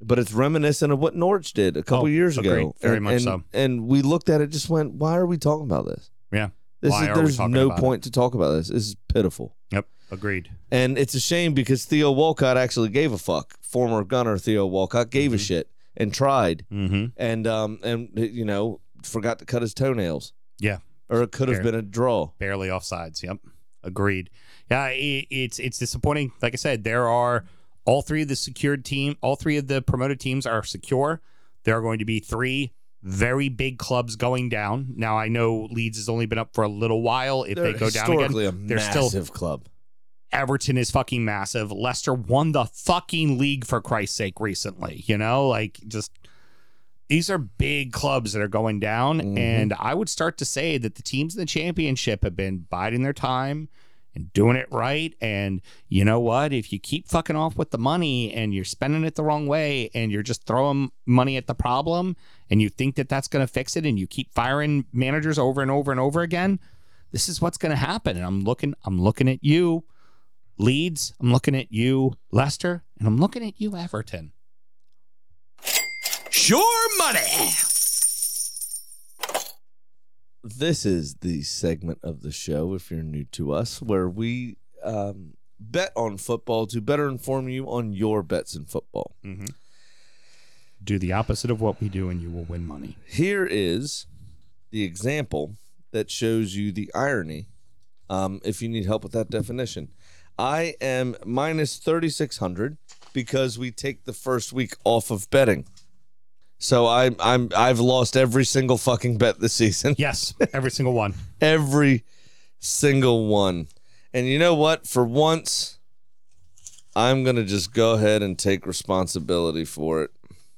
S2: but it's reminiscent of what Norwich did a couple
S3: Oh,
S2: years
S3: agreed.
S2: ago.
S3: Very
S2: and,
S3: much
S2: and-
S3: so.
S2: And we looked at it, just went, "Why are we talking about this?
S3: Yeah.
S2: This
S3: Why
S2: is
S3: are we
S2: there's
S3: talking
S2: no
S3: about it?
S2: point to talk about this. This is pitiful."
S3: Yep. Agreed.
S2: And it's a shame because Theo Walcott actually gave a fuck. Former gunner Theo Walcott gave a shit and tried
S3: Mm-hmm.
S2: and um and you know forgot to cut his toenails.
S3: Yeah.
S2: Or it could have
S3: Fair.
S2: been a draw.
S3: Barely offsides. Yep. Agreed. Yeah. It, it's it's disappointing. Like I said, there are all three of the secured team. All three of the promoted teams are secure. There are going to be three very big clubs going down. Now I know Leeds has only been up for a little while. If
S2: They're
S3: they go down again,
S2: historically a
S3: they're still-
S2: massive club.
S3: Everton is fucking massive. Leicester won the fucking league for Christ's sake recently. You know, like just these are big clubs that are going down.
S2: Mhm.
S3: And I would start to say that the teams in the championship have been biding their time and doing it right. And you know what? If you keep fucking off with the money and you're spending it the wrong way and you're just throwing money at the problem and you think that that's going to fix it and you keep firing managers over and over and over again, this is what's going to happen. And I'm looking, I'm looking at you, Leeds. I'm looking at you, Leicester, and I'm looking at you, Everton.
S1: Sure money.
S2: This is the segment of the show, if you're new to us, where we um, bet on football to better inform you on your bets in football.
S3: Do the opposite of what we do, and you will win money.
S2: Here is the example that shows you the irony. Um, if you need help with that definition, I am minus 3,600 because we take the first week off of betting. So I'm I'm I've lost every single fucking bet this season.
S3: Yes, every single one.
S2: Every single one. And you know what? For once, I'm gonna just go ahead and take responsibility for it.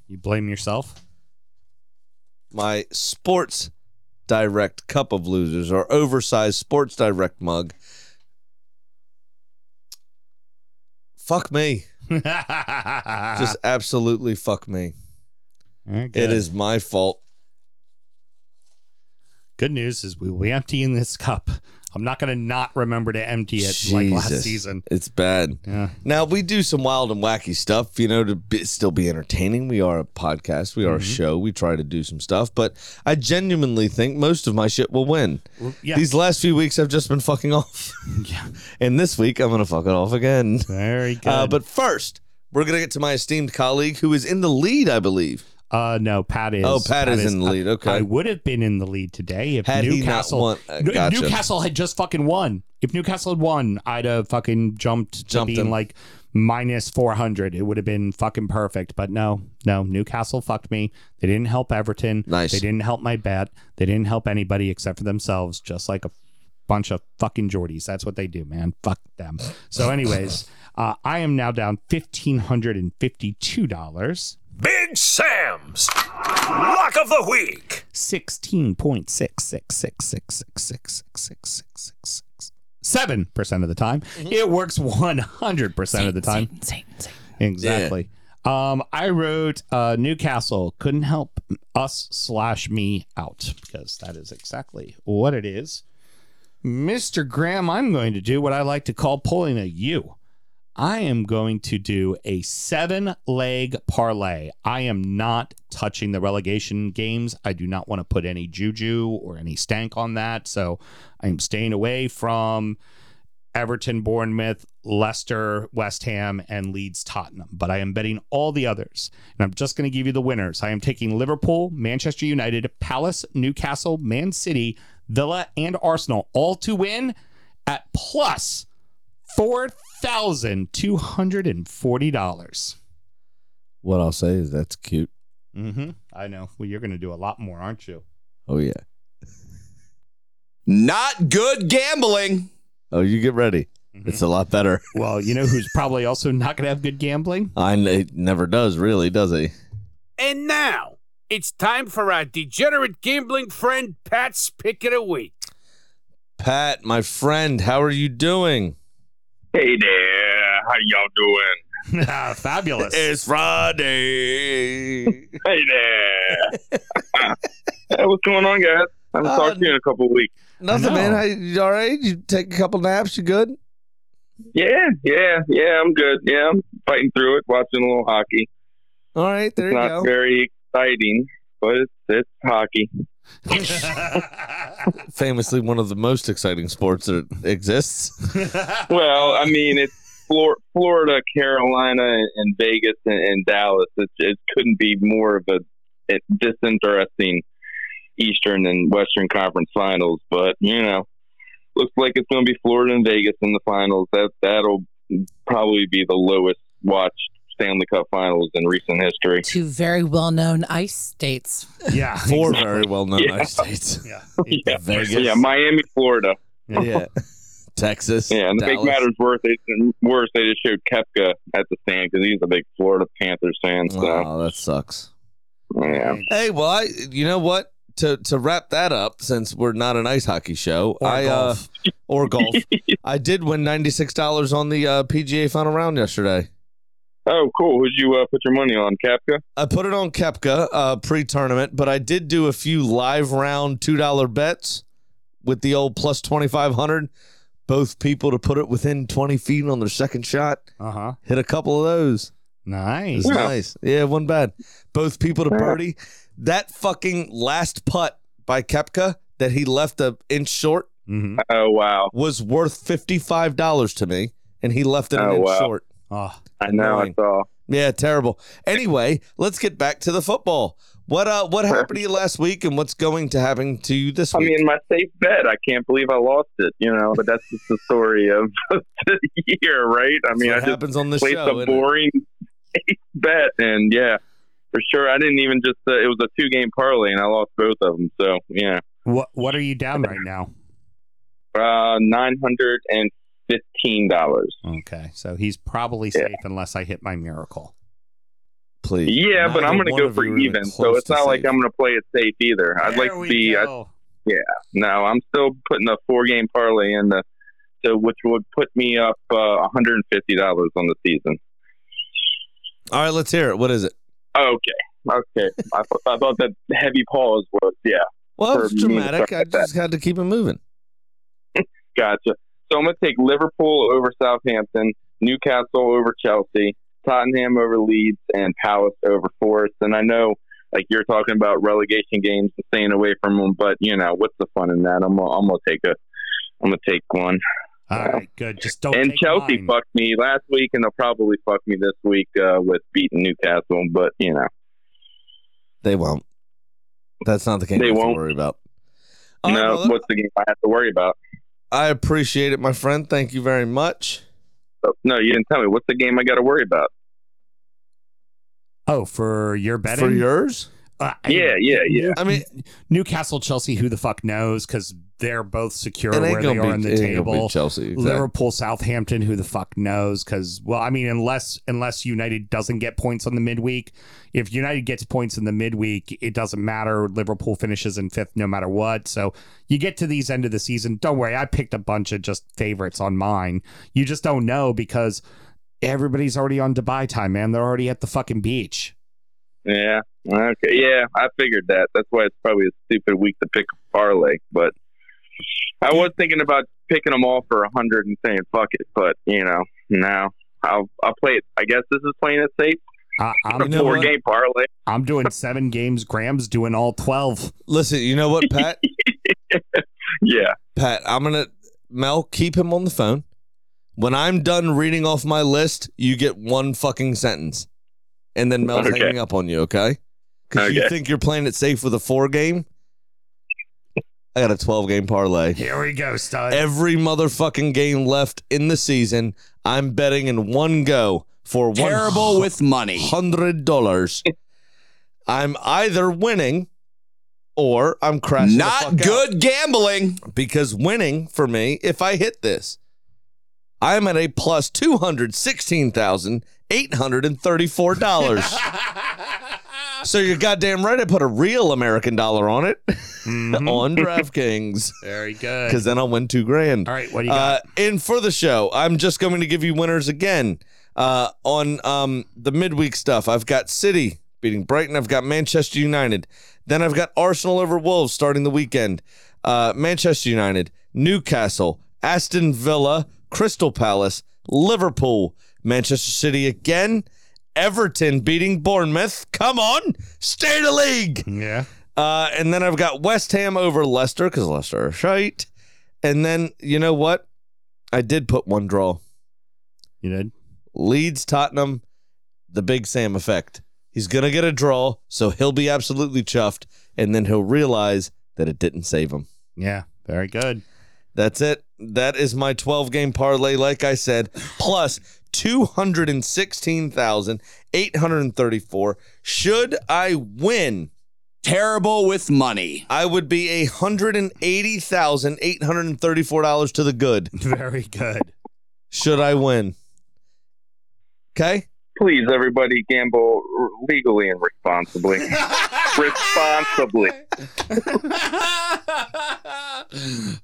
S3: You blame yourself.
S2: my Sports Direct Cup of Losers, our oversized Sports Direct mug. Fuck me. Just
S3: Ah.
S2: absolutely fuck me. It is my fault.
S3: Good news is we will be emptying this cup I'm not going to not remember to empty it like last
S2: Jesus.
S3: season.
S2: It's bad.
S3: Yeah.
S2: Now we do some wild and wacky stuff, you know, to be, still be entertaining. We are a podcast, we are a show. We try to do some stuff, but I genuinely think most of my shit will win.
S3: yeah.
S2: These last few weeks, I've just been fucking off,
S3: Yeah.
S2: and this week I'm gonna fuck it off again.
S3: Very good.
S2: Uh, but first, we're gonna get to my esteemed colleague who is in the lead, I believe.
S3: Uh, no, Pat is.
S2: Oh, Pat is in the lead. Okay.
S3: I would have been in the lead today if
S2: Had he not
S3: Newcastle.
S2: won- uh,
S3: If
S2: gotcha.
S3: Newcastle had just fucking won. If Newcastle had won, I'd have fucking jumped, to
S2: Jumped
S3: being
S2: him.
S3: like minus four hundred. It would have been fucking perfect. But no, no, Newcastle fucked me. They didn't help Everton.
S2: Nice.
S3: They didn't help my bet. They didn't help anybody except for themselves. Just like a bunch of fucking Geordies. That's what they do, man. Fuck them. So, anyways, uh, I am now down fifteen hundred and fifty-two dollars.
S7: Big Sam's Lock of the Week.
S3: sixteen point six six six six six six six six six six six seven percent of the time. It works one hundred percent of the time.
S6: Satan, Satan, Satan.
S3: Exactly. Um, I wrote uh, Newcastle couldn't help us slash me out because that is exactly what it is. Mr. Graham, I'm going to do what I like to call pulling a U. I am going to do a seven leg parlay. I am not touching the relegation games. I do not want to put any juju or any stank on that. So I'm staying away from Everton, Bournemouth, Leicester, West Ham, and Leeds, Tottenham. But I am betting all the others. And I'm just going to give you the winners. I am taking Liverpool, Manchester United, Palace, Newcastle, Man City, Villa, and Arsenal all to win at plus $4,240.
S2: What I'll say is that's cute.
S3: Mm-hmm. I know. Well, you're going to do a lot more, aren't you?
S2: Oh yeah.
S1: Not good gambling.
S2: Oh, you get ready.
S3: Mhm.
S2: It's a lot better.
S3: Well, you know who's probably also not going to have good gambling?
S2: I kn- it never does really, does he?
S7: And now it's time for our degenerate gambling friend Pat's pick of the week.
S2: Pat, my friend, how are you doing?
S8: Hey there, how y'all doing?
S3: Ah, Fabulous.
S2: Friday.
S8: Hey there. hey, what's going on, guys? I haven't
S2: Uh,
S8: talked to you in a couple of weeks.
S2: Nothing,
S3: I know.
S2: man. How, you all right? You take a couple naps? You good?
S8: Yeah, yeah, yeah. I'm good. Yeah, I'm fighting through it, watching a little hockey.
S2: All right, there
S8: It's
S2: you
S8: not
S2: go.
S8: very exciting, but it's it's hockey.
S2: Famously, one of the most exciting sports that exists.
S8: Well, I mean, it's Flor- Florida, Carolina, and Vegas, and, and Dallas. It, it couldn't be more of a a disinteresting Eastern and Western Conference Finals. But you know, looks like it's going to be Florida and Vegas in the finals. That that'll probably be the lowest watched Stanley Cup Finals in recent history.
S6: Two very well known ice states.
S3: yeah.
S2: Four very well known
S8: Yeah.
S2: ice states.
S3: Yeah.
S8: Yeah.
S2: Vegas.
S8: Yeah, Miami, Florida.
S2: Yeah. Texas.
S8: Yeah, and to make
S2: Dallas.
S8: matters worse, they, worse, they just showed Kepka at the stand because he's a big Florida Panthers fan. So,
S2: Oh, that sucks.
S8: yeah.
S2: Hey, well, I, you know what? To to wrap that up, since we're not an ice hockey show,
S3: Or
S2: I
S3: golf.
S2: Uh, or golf, I did win ninety six dollars on the uh, PGA final round yesterday.
S8: Oh, cool. Who'd you uh, put your money on, Kapka?
S2: I put it on Kepka uh, pre tournament, but I did do a few live round two dollar bets with the old plus twenty five hundred. Both people to put it within twenty feet on their second shot.
S3: Uh huh.
S2: Hit a couple of those.
S3: Nice.
S2: It's
S8: Yeah.
S2: nice. Yeah, one bad. Both people to
S8: Yeah.
S2: birdie. That fucking last putt by Kepka that he left an inch short
S3: Mm-hmm.
S8: Oh, wow.
S2: was worth fifty five dollars to me, and he left it an
S8: Oh,
S2: inch
S8: wow.
S2: short.
S3: Oh,
S8: I know. I
S2: Annoying.
S8: saw.
S2: Yeah, terrible. Anyway, let's get back to the football. What uh, what happened to you last week, and what's going to happen to you this
S8: I
S2: week?
S8: mean, my safe bet. I can't believe I lost it, you know, but that's just the story of the year, right? I
S2: That's
S8: mean, I
S2: what
S8: just
S2: happens on this
S8: placed
S2: show.
S8: a
S2: isn't it?
S8: boring safe bet, and yeah, for sure. I didn't even just, uh, it was a two game parlay, and I lost both of them. So, yeah.
S3: what what are you down right now?
S8: Uh, $915.
S3: Okay, so he's probably
S8: Yeah.
S3: safe unless I hit my miracle.
S2: Please.
S8: Yeah, but
S2: Neither
S8: I'm going
S2: one
S8: to go
S2: of
S8: for
S2: you are even
S8: even. So
S2: close
S8: it's
S2: to
S8: not like
S2: safe.
S8: I'm going to play it safe either. I'd like
S3: There
S8: to
S3: we
S8: be, uh, I
S3: go.
S8: No, I'm still putting a four game parlay in the, so which would put me up uh, $150 on the season.
S2: All right, let's hear it. What is it?
S8: Okay, okay. I, th- I thought that heavy pause was yeah.
S2: Well,
S8: For
S2: it's
S8: me to
S2: dramatic.
S8: start
S2: I
S8: with that.
S2: just had to keep it moving.
S8: Gotcha. So I'm going to take Liverpool over Southampton, Newcastle over Chelsea, Tottenham over Leeds, and Palace over Forest. And I know, like you're talking about relegation games and staying away from them, but you know what's the fun in that? I'm gonna, I'm gonna take a, I'm gonna take one.
S3: All right, good. Just don't.
S8: and
S3: take
S8: Chelsea
S3: mine.
S8: fucked me last week, and they'll probably fuck me this week uh, with beating Newcastle. But you know,
S2: They won't. That's not the game
S8: They
S2: they won't.
S8: won't.
S2: worry about. All right,
S8: no,
S2: brother.
S8: what's the game I have to worry about?
S2: I appreciate it, my friend. Thank you very much.
S8: Oh, no, you didn't tell me. What's the game I got to worry about?
S3: Oh, for your betting.
S2: For yours?
S3: Uh,
S8: Yeah, yeah, yeah.
S2: I mean,
S3: Newcastle, Chelsea. Who the fuck knows? Because they're both secure
S2: it
S3: where
S2: ain't
S3: they
S2: gonna
S3: are
S2: be,
S3: on the
S2: it ain't gonna be
S3: table.
S2: Chelsea. exactly.
S3: Liverpool, Southampton. Who the fuck knows? Because well, I mean, unless unless United doesn't get points on the midweek, if United gets points in the midweek, it doesn't matter. Liverpool finishes in fifth no matter what. So you get to these end of the season. Don't worry, I picked a bunch of just favorites on mine. You just don't know because everybody's already on Dubai time, man. They're already at the fucking beach.
S8: Yeah. Okay. Yeah, I figured that. That's why it's probably a stupid week to pick a parlay. But I was thinking about picking them all for a hundred and saying fuck it. But you know, now I'll I'll play it. I guess this is playing it safe.
S3: I,
S8: A
S3: I'm
S2: know
S8: four
S2: what?
S8: game parlay.
S3: I'm doing seven games. Graham's doing all twelve.
S2: Listen, you know what, Pat?
S8: Yeah.
S2: Pat, I'm gonna Mel keep him on the phone. When I'm done reading off my list, you get one fucking sentence, and then Mel's
S8: Okay.
S2: hanging up on you. Okay? Because you
S8: Okay.
S2: think you're playing it safe with a four game. I got a 12 game parlay.
S3: Here we go, stud.
S2: Every motherfucking game left in the season, I'm betting in one go for
S1: Terrible with money.
S2: hundred dollars. I'm either winning or I'm crashing. the
S1: Not
S2: fuck out
S1: good gambling.
S2: because winning for me, if I hit this, I'm at a plus two hundred sixteen thousand eight hundred and thirty-four dollars. so you're goddamn right. I put a real American dollar on it
S1: Mm-hmm.
S3: Mhm.
S2: on DraftKings
S3: Very good.
S2: because then I'll win two grand.
S3: All right, what do you
S2: Uh,
S3: got?
S2: and for the show, I'm just going to give you winners again uh, on um, the midweek stuff. I've got City beating Brighton. I've got Manchester United. Then I've got Arsenal over Wolves starting the weekend. Uh, Manchester United, Newcastle, Aston Villa, Crystal Palace, Liverpool, Manchester City again, Everton beating Bournemouth. Come on, stay in the league.
S3: yeah.
S2: Uh, and then I've got West Ham over Leicester because Leicester are shite. And then you know what? I did put one draw.
S3: You did?
S2: Leeds Tottenham, the Big Sam effect. He's gonna get a draw, so he'll be absolutely chuffed, and then he'll realize that it didn't save him.
S3: Yeah. Very good.
S2: That's it. That is my 12 game parlay, like I said, plus 216,834. Should I win?
S1: Terrible with money.
S2: I would be a hundred and eighty thousand eight hundred and thirty-four dollars to the good.
S3: Very good.
S2: Should I win? Okay.
S8: Please, everybody, gamble r- legally and responsibly. responsibly.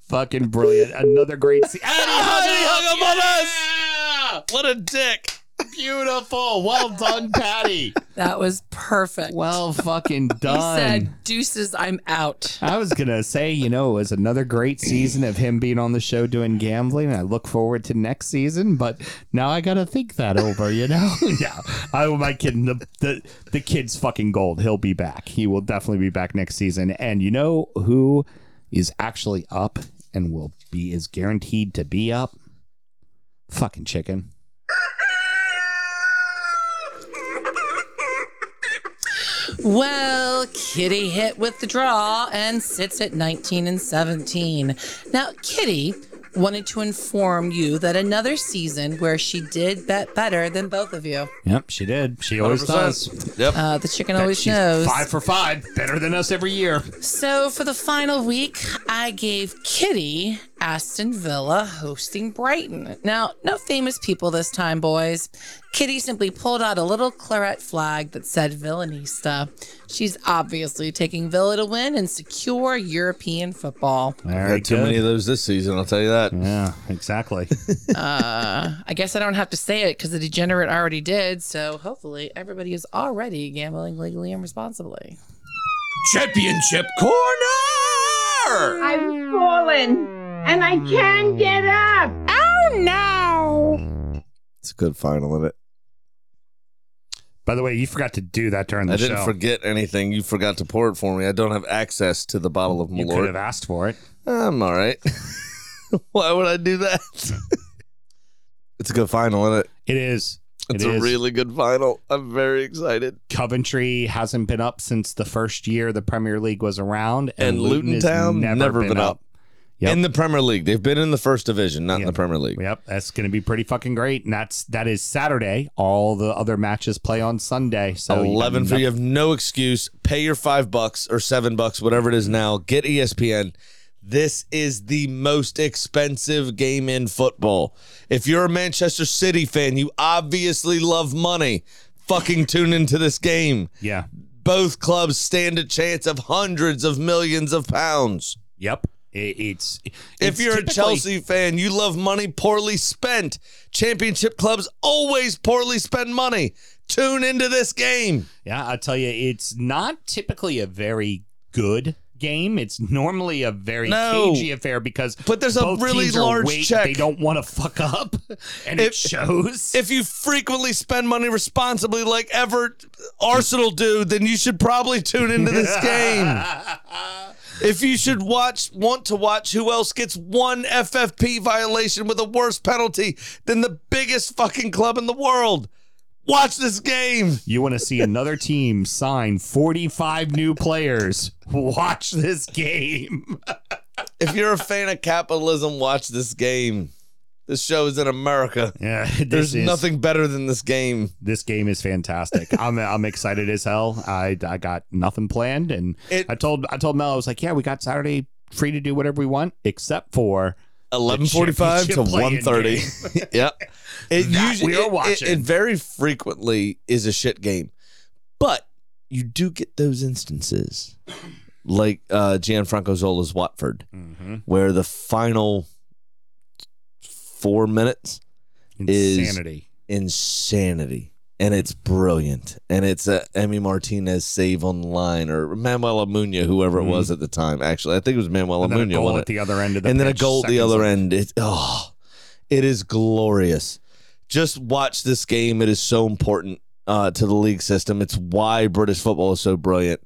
S3: Fucking brilliant. Another great se- And he
S2: hung up on
S3: us.
S2: What a dick!
S3: Beautiful. Well done, Patty.
S6: That was perfect.
S3: Well fucking
S6: he
S3: done.
S6: said, "Deuces, I'm out."
S3: I was gonna say, you know, it was another great season of him being on the show doing gambling. I look forward to next season, but now I gotta think that over. You know, yeah. I, my kid, the, the the kid's fucking gold. He'll be back. He will definitely be back next season. And you know who is actually up and will be is guaranteed to be up? Fucking chicken.
S6: Well, Kitty hit with the draw and sits at 19 and 17. Now, Kitty wanted to inform you that another season where she did bet better than both of you.
S3: Yep, she did. She always does.
S2: Yep.
S6: Uh, the chicken always
S3: She's
S6: knows.
S3: five for five, better than us every year.
S6: So for the final week, I gave Kitty Aston Villa hosting Brighton. Now, no famous people this time, boys. Kitty simply pulled out a little claret flag that said Villanista. She's obviously taking Villa to win and secure European football.
S3: Very
S2: too many
S3: good.
S2: of those this season. I'll tell you that.
S3: Yeah, exactly.
S6: I guess I don't have to say it because the degenerate already did. So hopefully, everybody is already gambling legally and responsibly.
S1: Championship corner.
S9: I've fallen. and I can't get up.
S2: It's a good final in it.
S3: By the way, you forgot to do that during the
S2: I didn't
S3: show.
S2: forget anything. You forgot to pour it for me. I don't have access to the bottle of
S3: you could
S2: Malort.
S3: have asked for it.
S2: I'm all right. Why would I do that? it's a good final, isn't it?
S3: It is. It
S2: It's a
S3: is.
S2: really good final. I'm very excited.
S3: Coventry hasn't been up since the first year the Premier League was around, and,
S2: And Luton
S3: has
S2: Town
S3: never, been, up. Yep.
S2: In the Premier League, they've been in the first division, not in
S3: Yeah.
S2: the Premier League.
S3: Yep, that's going to be pretty fucking great, and that's that is Saturday. All the other matches play on Sunday. So you got
S2: Eleven for
S3: no-
S2: you have no excuse. Pay your five bucks or seven bucks, whatever it is now. Get E ESPN. This is the most expensive game in football. If you're a Manchester City fan, you obviously love money. Fucking tune into this game.
S3: Yeah.
S2: Both clubs stand a chance of hundreds of millions of pounds.
S3: Yep. It, it's
S2: If
S3: it's
S2: you're a
S3: typically-
S2: Chelsea fan, you love money poorly spent. Championship clubs always poorly spend money. Tune into this game.
S3: Yeah, I'll tell you, it's not typically a very good game. It's normally a very
S2: No.
S3: cagey affair because
S2: But there's a
S3: both
S2: really
S3: teams are
S2: large
S3: wait-
S2: check.
S3: They don't want to fuck up, and it
S2: If-
S3: shows.
S2: If you frequently spend money responsibly like ever Arsenal do, then you should probably tune into this game. If you should watch want to watch who else gets one FFP violation with a worse penalty than the biggest fucking club in the world, watch this game.
S3: you want to see another team sign 45 new players. Watch this game.
S2: If you're a fan of capitalism, watch this game. This show is in America.
S3: Yeah, this
S2: There's
S3: is-
S2: nothing better than this game.
S3: This game is fantastic. I'm I'm excited as hell. I I got nothing planned, and
S2: It-
S3: I told I told Mel I was like, yeah, we got Saturday free to do whatever we want except for
S2: 11:45 to
S3: championship play-in
S2: 1:30. yep. It
S3: That
S2: usually
S3: we are
S2: it- it-
S3: watching.
S2: It, very frequently is a shit game. But you do get those instances like uh Gianfranco Zola's Watford where the final 4 minutes Is-
S3: insanity.
S2: insanity and it's brilliant and it's a Emmy Martinez save on the line or Manuel Amunia whoever it was at the time actually I think it was Manuel
S3: Mm-hmm. and then a
S2: Amunia
S3: goal
S2: won
S3: at
S2: it.
S3: the other end of the
S2: and then a
S3: pitch,
S2: goal at the
S3: seconds
S2: other
S3: later.
S2: end. It, oh, it is glorious. Just watch this game. It is so important uh, to the league system. It's why British football is so brilliant.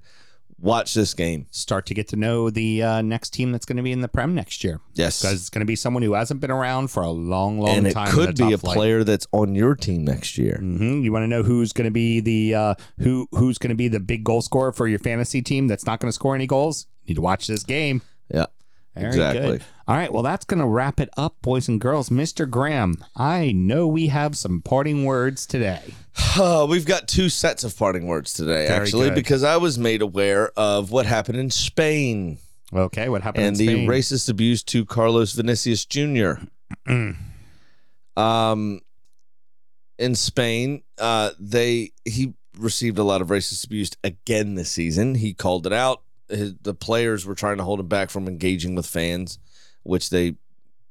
S2: Watch this game.
S3: Start to get to know the uh, next team that's going to be in the Prem next year
S2: Yes.
S3: because it's going to be someone who hasn't been around for a long, long
S2: and it
S3: time.
S2: could be a player that's on your team next year.
S3: hmm You want to know who's going to be the uh, who who's going to be the big goal scorer for your fantasy team that's not going to score any goals. You need to watch this game.
S2: Yeah.
S3: Very
S2: Exactly.
S3: Good. All right. Well, that's going to wrap it up, boys and girls. Mr. Graham, I know we have some parting words today.
S2: we've got two sets of parting words today,
S3: Very
S2: actually,
S3: good.
S2: because I was made aware of what happened in Spain
S3: Okay. What happened
S2: and
S3: in
S2: the
S3: Spain?
S2: racist abuse to Carlos Vinicius Jr. um, in Spain, uh, they he received a lot of racist abuse again this season. He called it out. His, the players were trying to hold him back from engaging with fans, which they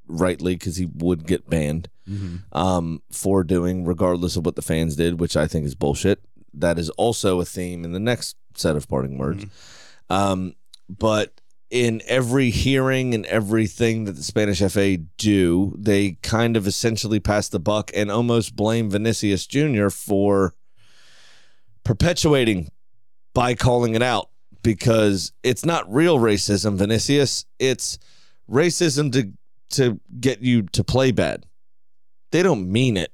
S2: rightly because he would get banned
S3: Mhm.
S2: um, for doing, regardless of what the fans did, which I think is bullshit. That is also a theme in the next set of parting words. Um, but in every hearing and everything that the Spanish FA do, they kind of essentially pass the buck and almost blame Vinicius Jr. for perpetuating by calling it out because it's not real racism, Vinicius. It's racism to to get you to play bad. They don't mean it.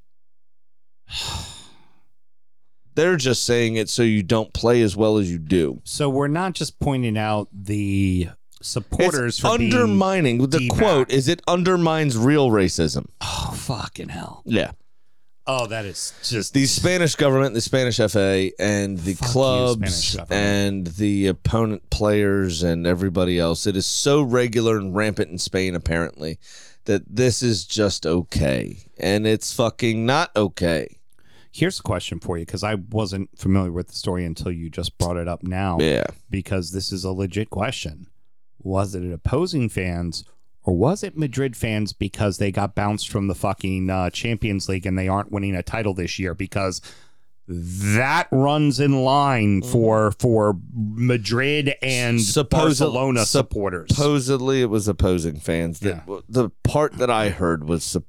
S2: They're just saying it so you don't play as well as you do.
S3: So we're not just pointing out the supporters
S2: It's
S3: for being-
S2: undermining the
S3: D-back.
S2: quote is it undermines real racism.
S3: oh fucking hell!
S2: Yeah.
S3: Oh, that is just
S2: The Spanish government, the Spanish FA, and the
S3: Fuck you, Spanish
S2: clubs
S3: government.
S2: and the opponent players and everybody else. It is so regular and rampant in Spain, apparently, that this is just okay. And it's fucking not okay.
S3: Here's a question for you because I wasn't familiar with the story until you just brought it up now.
S2: Yeah.
S3: Because this is a legit question. Was it opposing fans or was it Madrid fans because they got bounced from the fucking uh, Champions League and they aren't winning a title this year because that runs in line for for Madrid and
S2: Supposi-
S3: Barcelona supporters.
S2: Supposedly, it was opposing fans. The, the part that I heard was sup-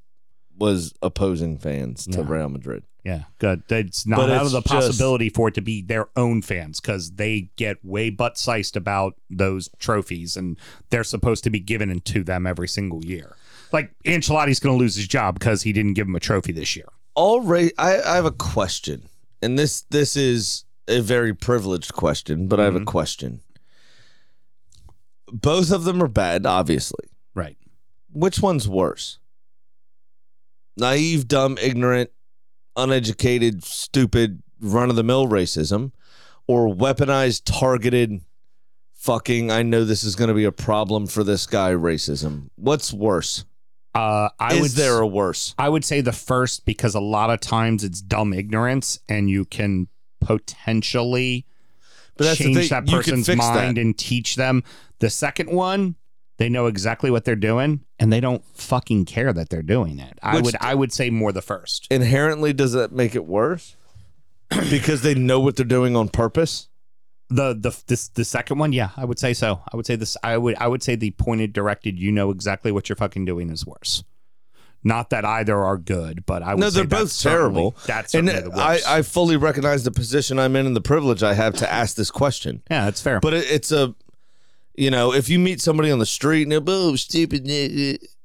S2: was opposing fans to
S3: Yeah.
S2: Real Madrid.
S3: yeah, good. It's not
S2: But
S3: out
S2: it's
S3: of the
S2: just-
S3: possibility for it to be their own fans because they get way butt sized about those trophies and they're supposed to be given to them every single year. Like Ancelotti's going to lose his job because he didn't give him a trophy this year.
S2: All right, I, I have a question, and this this is a very privileged question, but I have a
S3: Mhm.
S2: question. Both of them are bad, obviously.
S3: Right.
S2: Which one's worse? Naive, dumb, ignorant, uneducated, stupid, run of the mill racism, or weaponized, targeted, fucking, I know this is going to be a problem for this guy racism? What's worse?
S3: Uh, I
S2: is
S3: would
S2: there a worse?
S3: I would say the first because a lot of times it's dumb ignorance and you can potentially
S2: But that's the
S3: change
S2: thing,
S3: that
S2: you can
S3: person's
S2: fix that.
S3: mind and teach them. The second one, they know exactly what they're doing and they don't fucking care that they're doing it. I
S2: Which-
S3: would I would say more the first.
S2: inherently does that make it worse? because they know what they're doing on purpose.
S3: The the this the second one, yeah, I would say so. I would say this I would I would say the pointed directed you know exactly what you're fucking doing is worse. Not that either are good, but I would
S2: No,
S3: say
S2: they're both
S3: that's certainly-
S2: terrible.
S3: That's
S2: And uh,
S3: certainly the
S2: I,
S3: worst.
S2: I fully recognize the position I'm in and the privilege I have to ask this question.
S3: yeah, that's fair.
S2: But it, it's a, you know, if you meet somebody on the street and they're, oh, stupid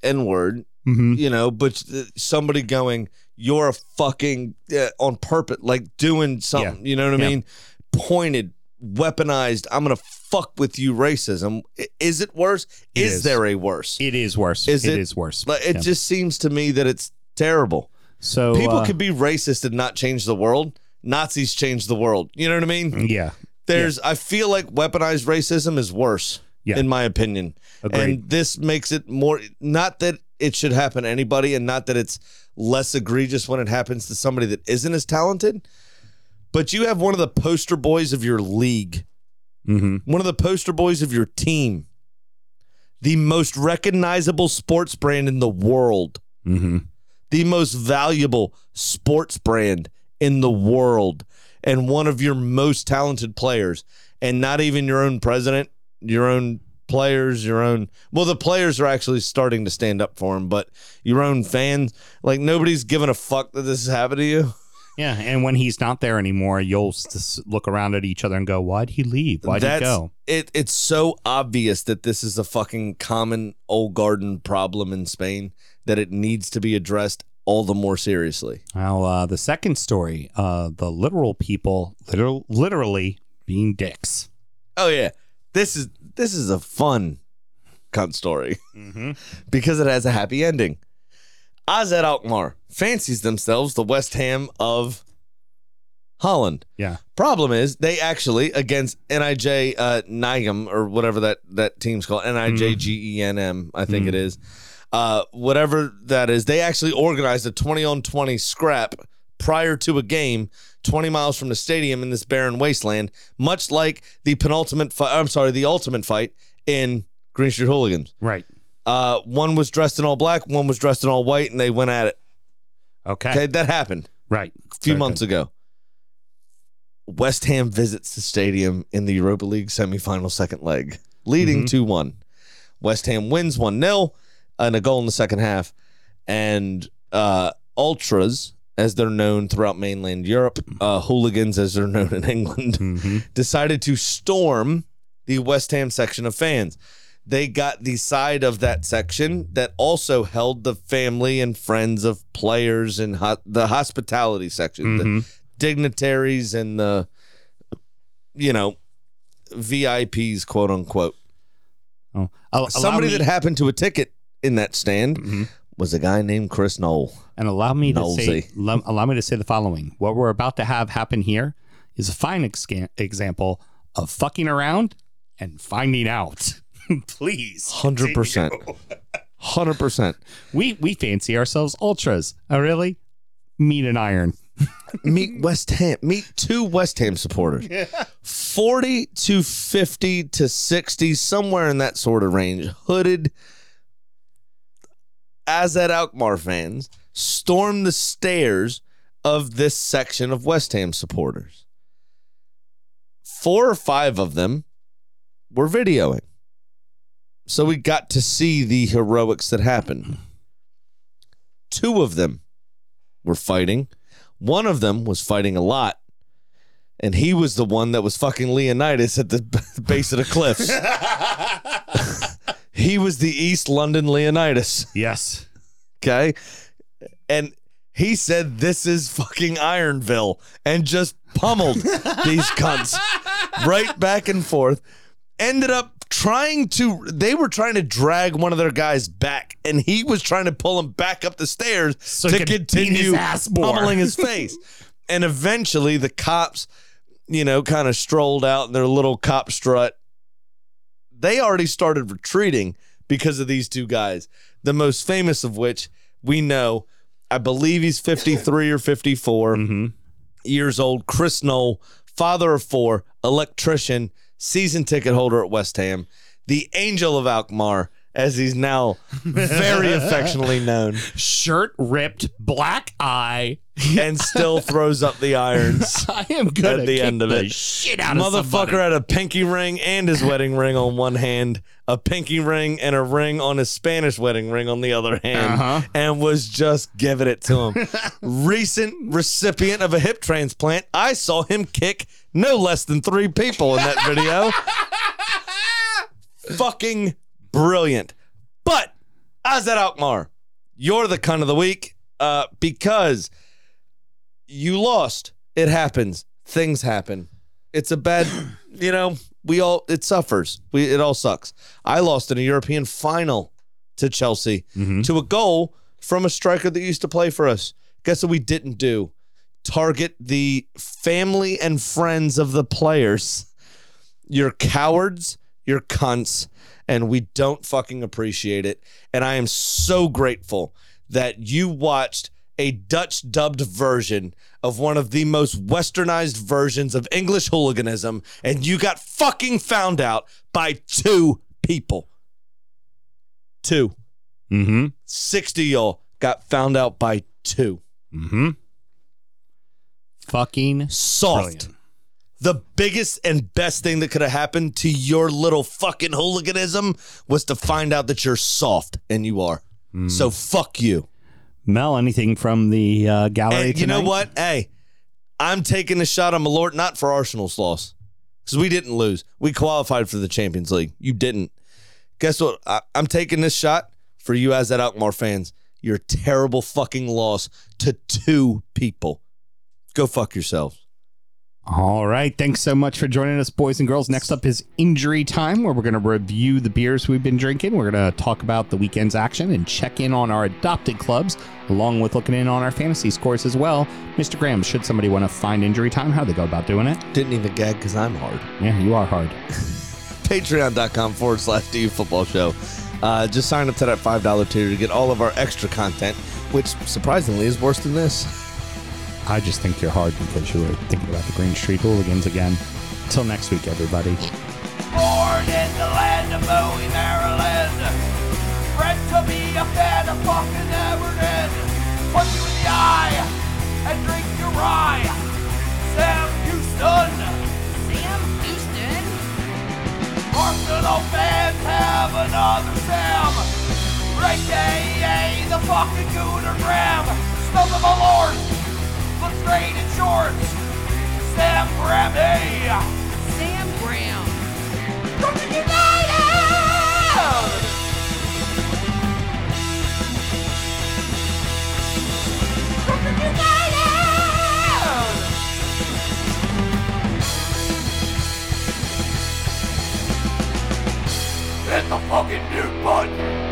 S2: N word,
S3: Mhm.
S2: you know, but th- somebody going, you're a fucking uh, on purpose, like doing something, you know what I
S3: Yeah.
S2: mean? Pointed, weaponized, I'm going to fuck with you racism. I- Is it worse?
S3: It
S2: is,
S3: is.
S2: there a worse?
S3: It is worse.
S2: Is
S3: it
S2: it-
S3: is worse.
S2: Like it
S3: Yeah.
S2: just seems to me that it's terrible.
S3: so
S2: People
S3: uh,
S2: could be racist and not change the world. Nazis changed the world. You know what I mean?
S3: Mm, yeah.
S2: There's I feel like weaponized racism is worse
S3: Yeah.
S2: in my opinion.
S3: Agreed.
S2: And this makes it more not that it should happen to anybody and not that it's less egregious when it happens to somebody that isn't as talented. But you have one of the poster boys of your league
S3: Mm-hmm.
S2: one of the poster boys of your team, the most recognizable sports brand in the world,
S3: Mm-hmm.
S2: the most valuable sports brand in the world, and one of your most talented players, and not even your own president, your own players, your own. Well, the players are actually starting to stand up for him, but your own fans, like nobody's giving a fuck that this has happened to you.
S3: Yeah, and when he's not there anymore, you'll s- look around at each other and go, "Why'd he leave? Why'd he go?"
S2: It it's so obvious that this is a fucking common old garden problem in Spain that it needs to be addressed all the more seriously.
S3: Well, uh, the second story, uh, the literal people, literal, literally being dicks.
S2: Oh yeah. This is this is a fun cunt story
S3: Mm-hmm.
S2: because it has a happy ending. AZ Alkmaar fancies themselves the West Ham of Holland.
S3: Yeah.
S2: Problem is, they actually against Nij uh, Nijm or whatever that that team's called, Nijgenm, E I think it is. Uh, whatever that is, they actually organized a twenty on twenty scrap prior to a game, twenty miles from the stadium in this barren wasteland, much like the penultimate. Fi- I'm sorry, the ultimate fight in Green Street Hooligans.
S3: Right.
S2: Uh, one was dressed in all black, one was dressed in all white, and they went at it.
S3: Okay.
S2: Okay, that happened
S3: Right.
S2: few
S3: Very
S2: months
S3: good.
S2: ago. West Ham visits the stadium in the Europa League semifinal second leg, leading 2 1. West Ham wins 1 0 and a goal in the second half. And uh, Ultras, as they're known throughout mainland Europe, uh, hooligans, as they're known in England,
S3: Mhm.
S2: decided to storm the West Ham section of fans. They got the side of that section that also held the family and friends of players and ho- the hospitality section,
S3: Mm-hmm.
S2: the dignitaries and the, you know, VIPs, quote unquote.
S3: Oh, al- allow
S2: Somebody
S3: me- Mm-hmm.
S2: that happened to a ticket in that stand was a guy named Chris Knoll.
S3: and allow me to say
S2: Nosy.
S3: lo- allow me to say the following what we're about to have happen here is a fine exca- example of fucking around and finding out please
S2: 100%.
S3: continue.
S2: 100%.
S3: we we fancy ourselves ultras oh really meat and iron
S2: meet West Ham, meet two West Ham supporters. 40 to 50 to 60, somewhere in that sort of range, hooded as at Alkmaar fans storm the stairs of this section of West Ham supporters. Four or five of them were videoing. So we got to see the heroics that happened. Two of them were fighting. One of them was fighting a lot. And he was the one that was fucking Leonidas at the base of the cliffs. he was the East London Leonidas.
S3: Yes.
S2: Okay. And he said, This is fucking Ironville, and just pummeled these cunts right back and forth. Ended up trying to, they were trying to drag one of their guys back, and he was trying to pull him back up the stairs
S3: he
S2: to
S3: could beat
S2: continue
S3: his ass more.
S2: pummeling his face. and eventually the cops, you know, kind of strolled out in their little cop strut. They already started retreating because of these two guys, the most famous of which we know, I believe he's 53 or 54
S3: Mm-hmm.
S2: years old, Chris Knoll, father of four, electrician, season ticket holder at West Ham, the angel of Alkmaar, as he's now very affectionately known,
S3: Shirt ripped, black eye.
S2: and still throws up the irons.
S3: I am good
S2: At the end of
S3: the
S2: it.
S3: Shit out of
S2: Motherfucker
S3: somebody.
S2: had a pinky ring and his wedding ring on one hand, a pinky ring and a ring on his Spanish wedding ring on the other hand,
S3: Uh-huh.
S2: and was just giving it to him. Recent recipient of a hip transplant, I saw him kick no less than three people in that video. Fucking brilliant. But as at Alkmaar, you're the cunt of the week uh, because you lost. It happens. Things happen. It's a bad, you know, we all, it suffers. We, it all sucks. I lost in a European final to Chelsea
S3: Mm-hmm.
S2: to a goal from a striker that used to play for us. Guess what we didn't do? Target the family and friends of the players. You're cowards, you're cunts, and we don't fucking appreciate it. And I am so grateful that you watched a Dutch dubbed version of one of the most westernized versions of English hooliganism, and you got fucking found out by two people. Two.
S3: Mm-hmm.
S2: 60 y'all got found out by two.
S3: Mm-hmm. Fucking
S2: Soft.
S3: Brilliant.
S2: The biggest and best thing that could have happened to your little fucking hooliganism was to find out that you're soft, and you are. So fuck you.
S3: Mel, anything from the uh, gallery?
S2: And you know
S3: tonight?
S2: what? Hey, I'm taking a shot on Malort, not for Arsenal's loss, because we didn't lose. We qualified for the Champions League. You didn't. Guess what? I, I'm taking this shot for you as that Alkmaar fans. Your terrible fucking loss to two people. Go fuck yourselves.
S3: All right. Thanks so much for joining us, boys and girls. Next up is Injury Time, where we're going to review the beers we've been drinking. We're going to talk about the weekend's action and check in on our adopted clubs, along with looking in on our fantasy scores as well. Mr. Graham, should somebody want to find Injury Time, how do they go about doing it?
S2: Didn't even gag because I'm hard.
S3: Yeah, you are hard.
S2: patreon.com forward slash du football show uh, just sign up to that $5 tier to get all of our extra content which surprisingly is worse than this
S3: I just think you're hard because you were thinking about the Green Street Hooligans again. Till next week, everybody.
S4: Born in the land of Bowie, Maryland. Bred to be a fan of fucking Everton. Punch you in the eye and drink your rye. Sam Houston.
S5: Sam Houston.
S4: Arsenal fans have another Sam. Great AA, the fucking Gooner Graham. Stump of a lord. Looks straight in shorts. Sam Grammy.
S5: Sam Graham.
S4: United! United! Hit the fucking mute button!